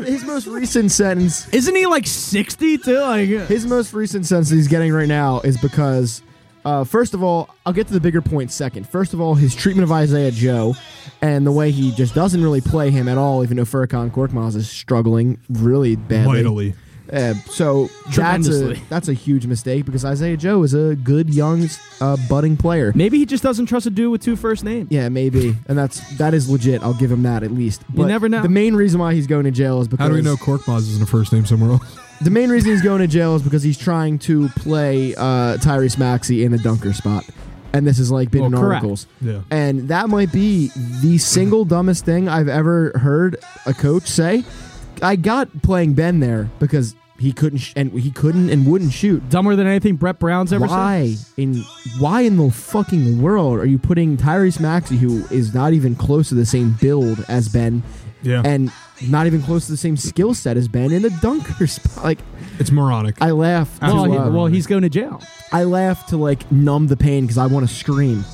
B: his most recent sentence
A: Isn't he like 60 too? Like
B: his most recent sentence he's getting right now is because uh, first of all i'll get to the bigger point second first of all his treatment of isaiah joe and the way he just doesn't really play him at all even though Furkan Korkmaz is struggling really badly
C: Vitally.
B: Uh, so that's a,
A: Tremendously.
B: that's a huge mistake because isaiah joe is a good young uh, budding player
A: maybe he just doesn't trust a dude with two first names.
B: yeah, maybe, and that's that is legit. I'll give him that at least. But
A: never know.
B: The main reason why he's going to jail is because
C: How do we know Korkmaz isn't a first name somewhere else?
B: The main reason he's going to jail is because he's trying to play uh, Tyrese Maxey in a dunker spot, and this has like been
A: Well,
B: in
A: correct.
B: articles.
C: Yeah.
B: And that might be the single dumbest thing I've ever heard a coach say. I got playing Ben there because he couldn't sh- and he couldn't and wouldn't shoot.
A: Dumber than anything Brett Brown's ever said.
B: Why in why in the fucking world are you putting Tyrese Maxey, who is not even close to the same build as Ben,
C: Yeah.
B: and not even close to the same skill set as Ben, in a dunker spot? Like
C: it's moronic.
B: I laugh.
A: Well,
B: to,
A: he,
B: uh,
A: well, he's going to jail.
B: I laugh to like numb the pain because I want to scream.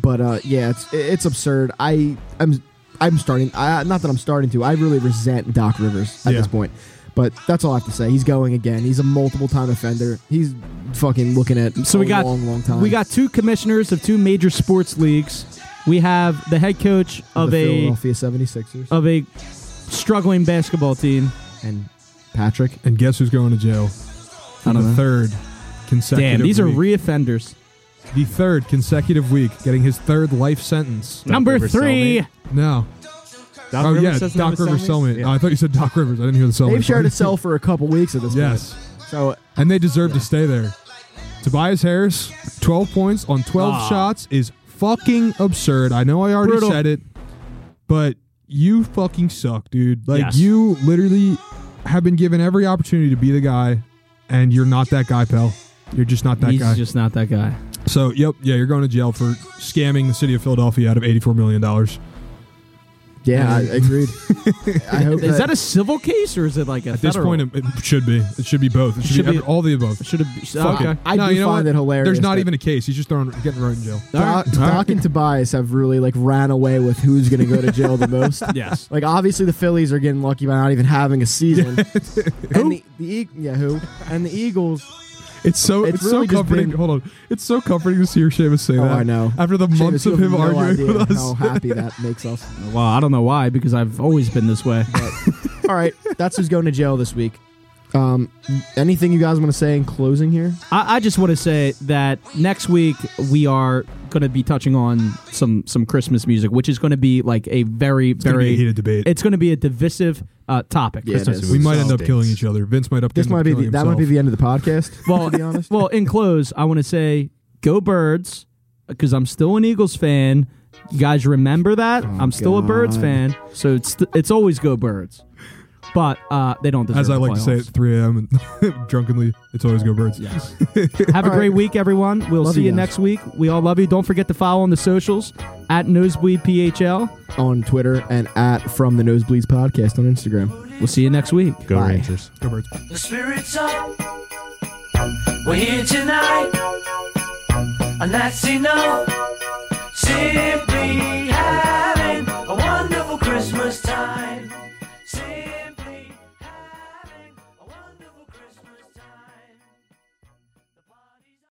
B: But uh, yeah, it's it's absurd. I I'm I'm starting. I, not that I'm starting to. I really resent Doc Rivers at
C: Yeah.
B: this point. But that's all I have to say. He's going again. He's a multiple time offender. He's fucking looking at
A: So
B: a
A: we got
B: long, long time.
A: We got two commissioners of two major sports leagues. We have the head coach of
B: the
A: a Oh.
B: Philadelphia 76ers
A: of a struggling basketball team.
B: and Patrick.
C: and guess who's going to jail?
A: I don't
C: the
A: know.
C: third consecutive
A: Damn, these are
C: week-
A: reoffenders.
C: the third consecutive week getting his third life sentence.
D: Doc
A: Number
D: Rivers
A: three.
D: cellmate.
C: No.
D: Doc
C: oh
D: Rivers
C: yeah,
D: doesn't
C: Doc
D: have a
C: Rivers
D: cellmate?
C: cellmate. Oh, I thought you said Doc Rivers. I didn't hear the cellmate.
B: They've shared
C: part.
B: a cell for a couple weeks at this
C: Yes.
B: point. So
C: And they deserve to stay there. Tobias Harris, 12 points on 12
A: Aw.
C: shots is fucking absurd. I know I already
A: Brutal.
C: said it, but you fucking suck, dude. Like,
A: Yes.
C: you literally have been given every opportunity to be the guy, and you're not that guy, pal. You're just not that
A: he's
C: guy.
A: just not that guy.
C: so, yep, yeah, you're going to jail for scamming the city of Philadelphia out of $84 million.
B: yeah, I agreed. I hope
A: Is that a civil case or is it like a
C: At this point, it, it should be. It should be both. It should,
A: should
C: be,
A: be-
C: every- all the above.
A: should have.
C: Fuck
A: okay.
C: it.
B: I
C: no,
B: do
C: you know
B: find
C: what?
B: it hilarious
C: There's not
B: that-
C: even a case. He's just throwing, getting thrown in jail.
A: All
B: Doc,
A: right.
B: Doc and Tobias have really like ran away with who's going to go to jail the most.
A: Yes.
B: Like obviously the Phillies are getting lucky by not even having a season. and the, the Eag- yeah who and the Eagles.
C: It's so
B: It's
C: it's,
B: really
C: so
B: just
C: comforting.
B: been-
C: Hold on, it's so comforting to hear Seamus say
B: Oh,
C: that.
B: I know.
C: After the months
B: Seamus, you
C: of
B: have no
C: him arguing
B: idea
C: with us,
B: How happy that makes us.
A: Well, I don't know why because I've always been this way.
B: All right, that's who's going to jail this week. Um, anything you guys want to say in closing here?
A: I, I just want to say that next week we are going to be touching on some some Christmas music, which is going to be like a very
C: gonna be
A: very
C: a heated debate.
A: It's going to be a divisive uh, topic.
B: Yeah, it
A: Christmas
B: is.
A: music.
C: we might
D: So-
C: end up killing each other. Vince might up.
B: This
C: end up
B: might be the,
C: killing
B: that might
C: himself.
B: be the end of the podcast.
A: Well,
B: to be honest,
A: well. In close, I want to say go Birds because I'm still an Eagles fan. You guys remember
C: Oh,
A: that I'm still a Birds
B: God.
A: fan, so it's it's always go Birds. But uh, they don't deserve.
C: as I
A: the
C: like to say at
A: playoffs.
C: 3 a.m. and drunkenly. It's always go birds.
A: Yes. Have a
B: All
A: great
B: right.
A: week, everyone. We'll
B: Love
A: see
B: you
A: you
B: guys.
A: next week. We all love you. Don't forget to follow on the socials at NosebleedPHL.
B: on Twitter and at from the Nosebleeds podcast on Instagram.
A: We'll see you next week.
D: Go
B: Bye.
D: Rangers.
C: Go birds.
E: The spirit's up. We're here tonight. And that's enough.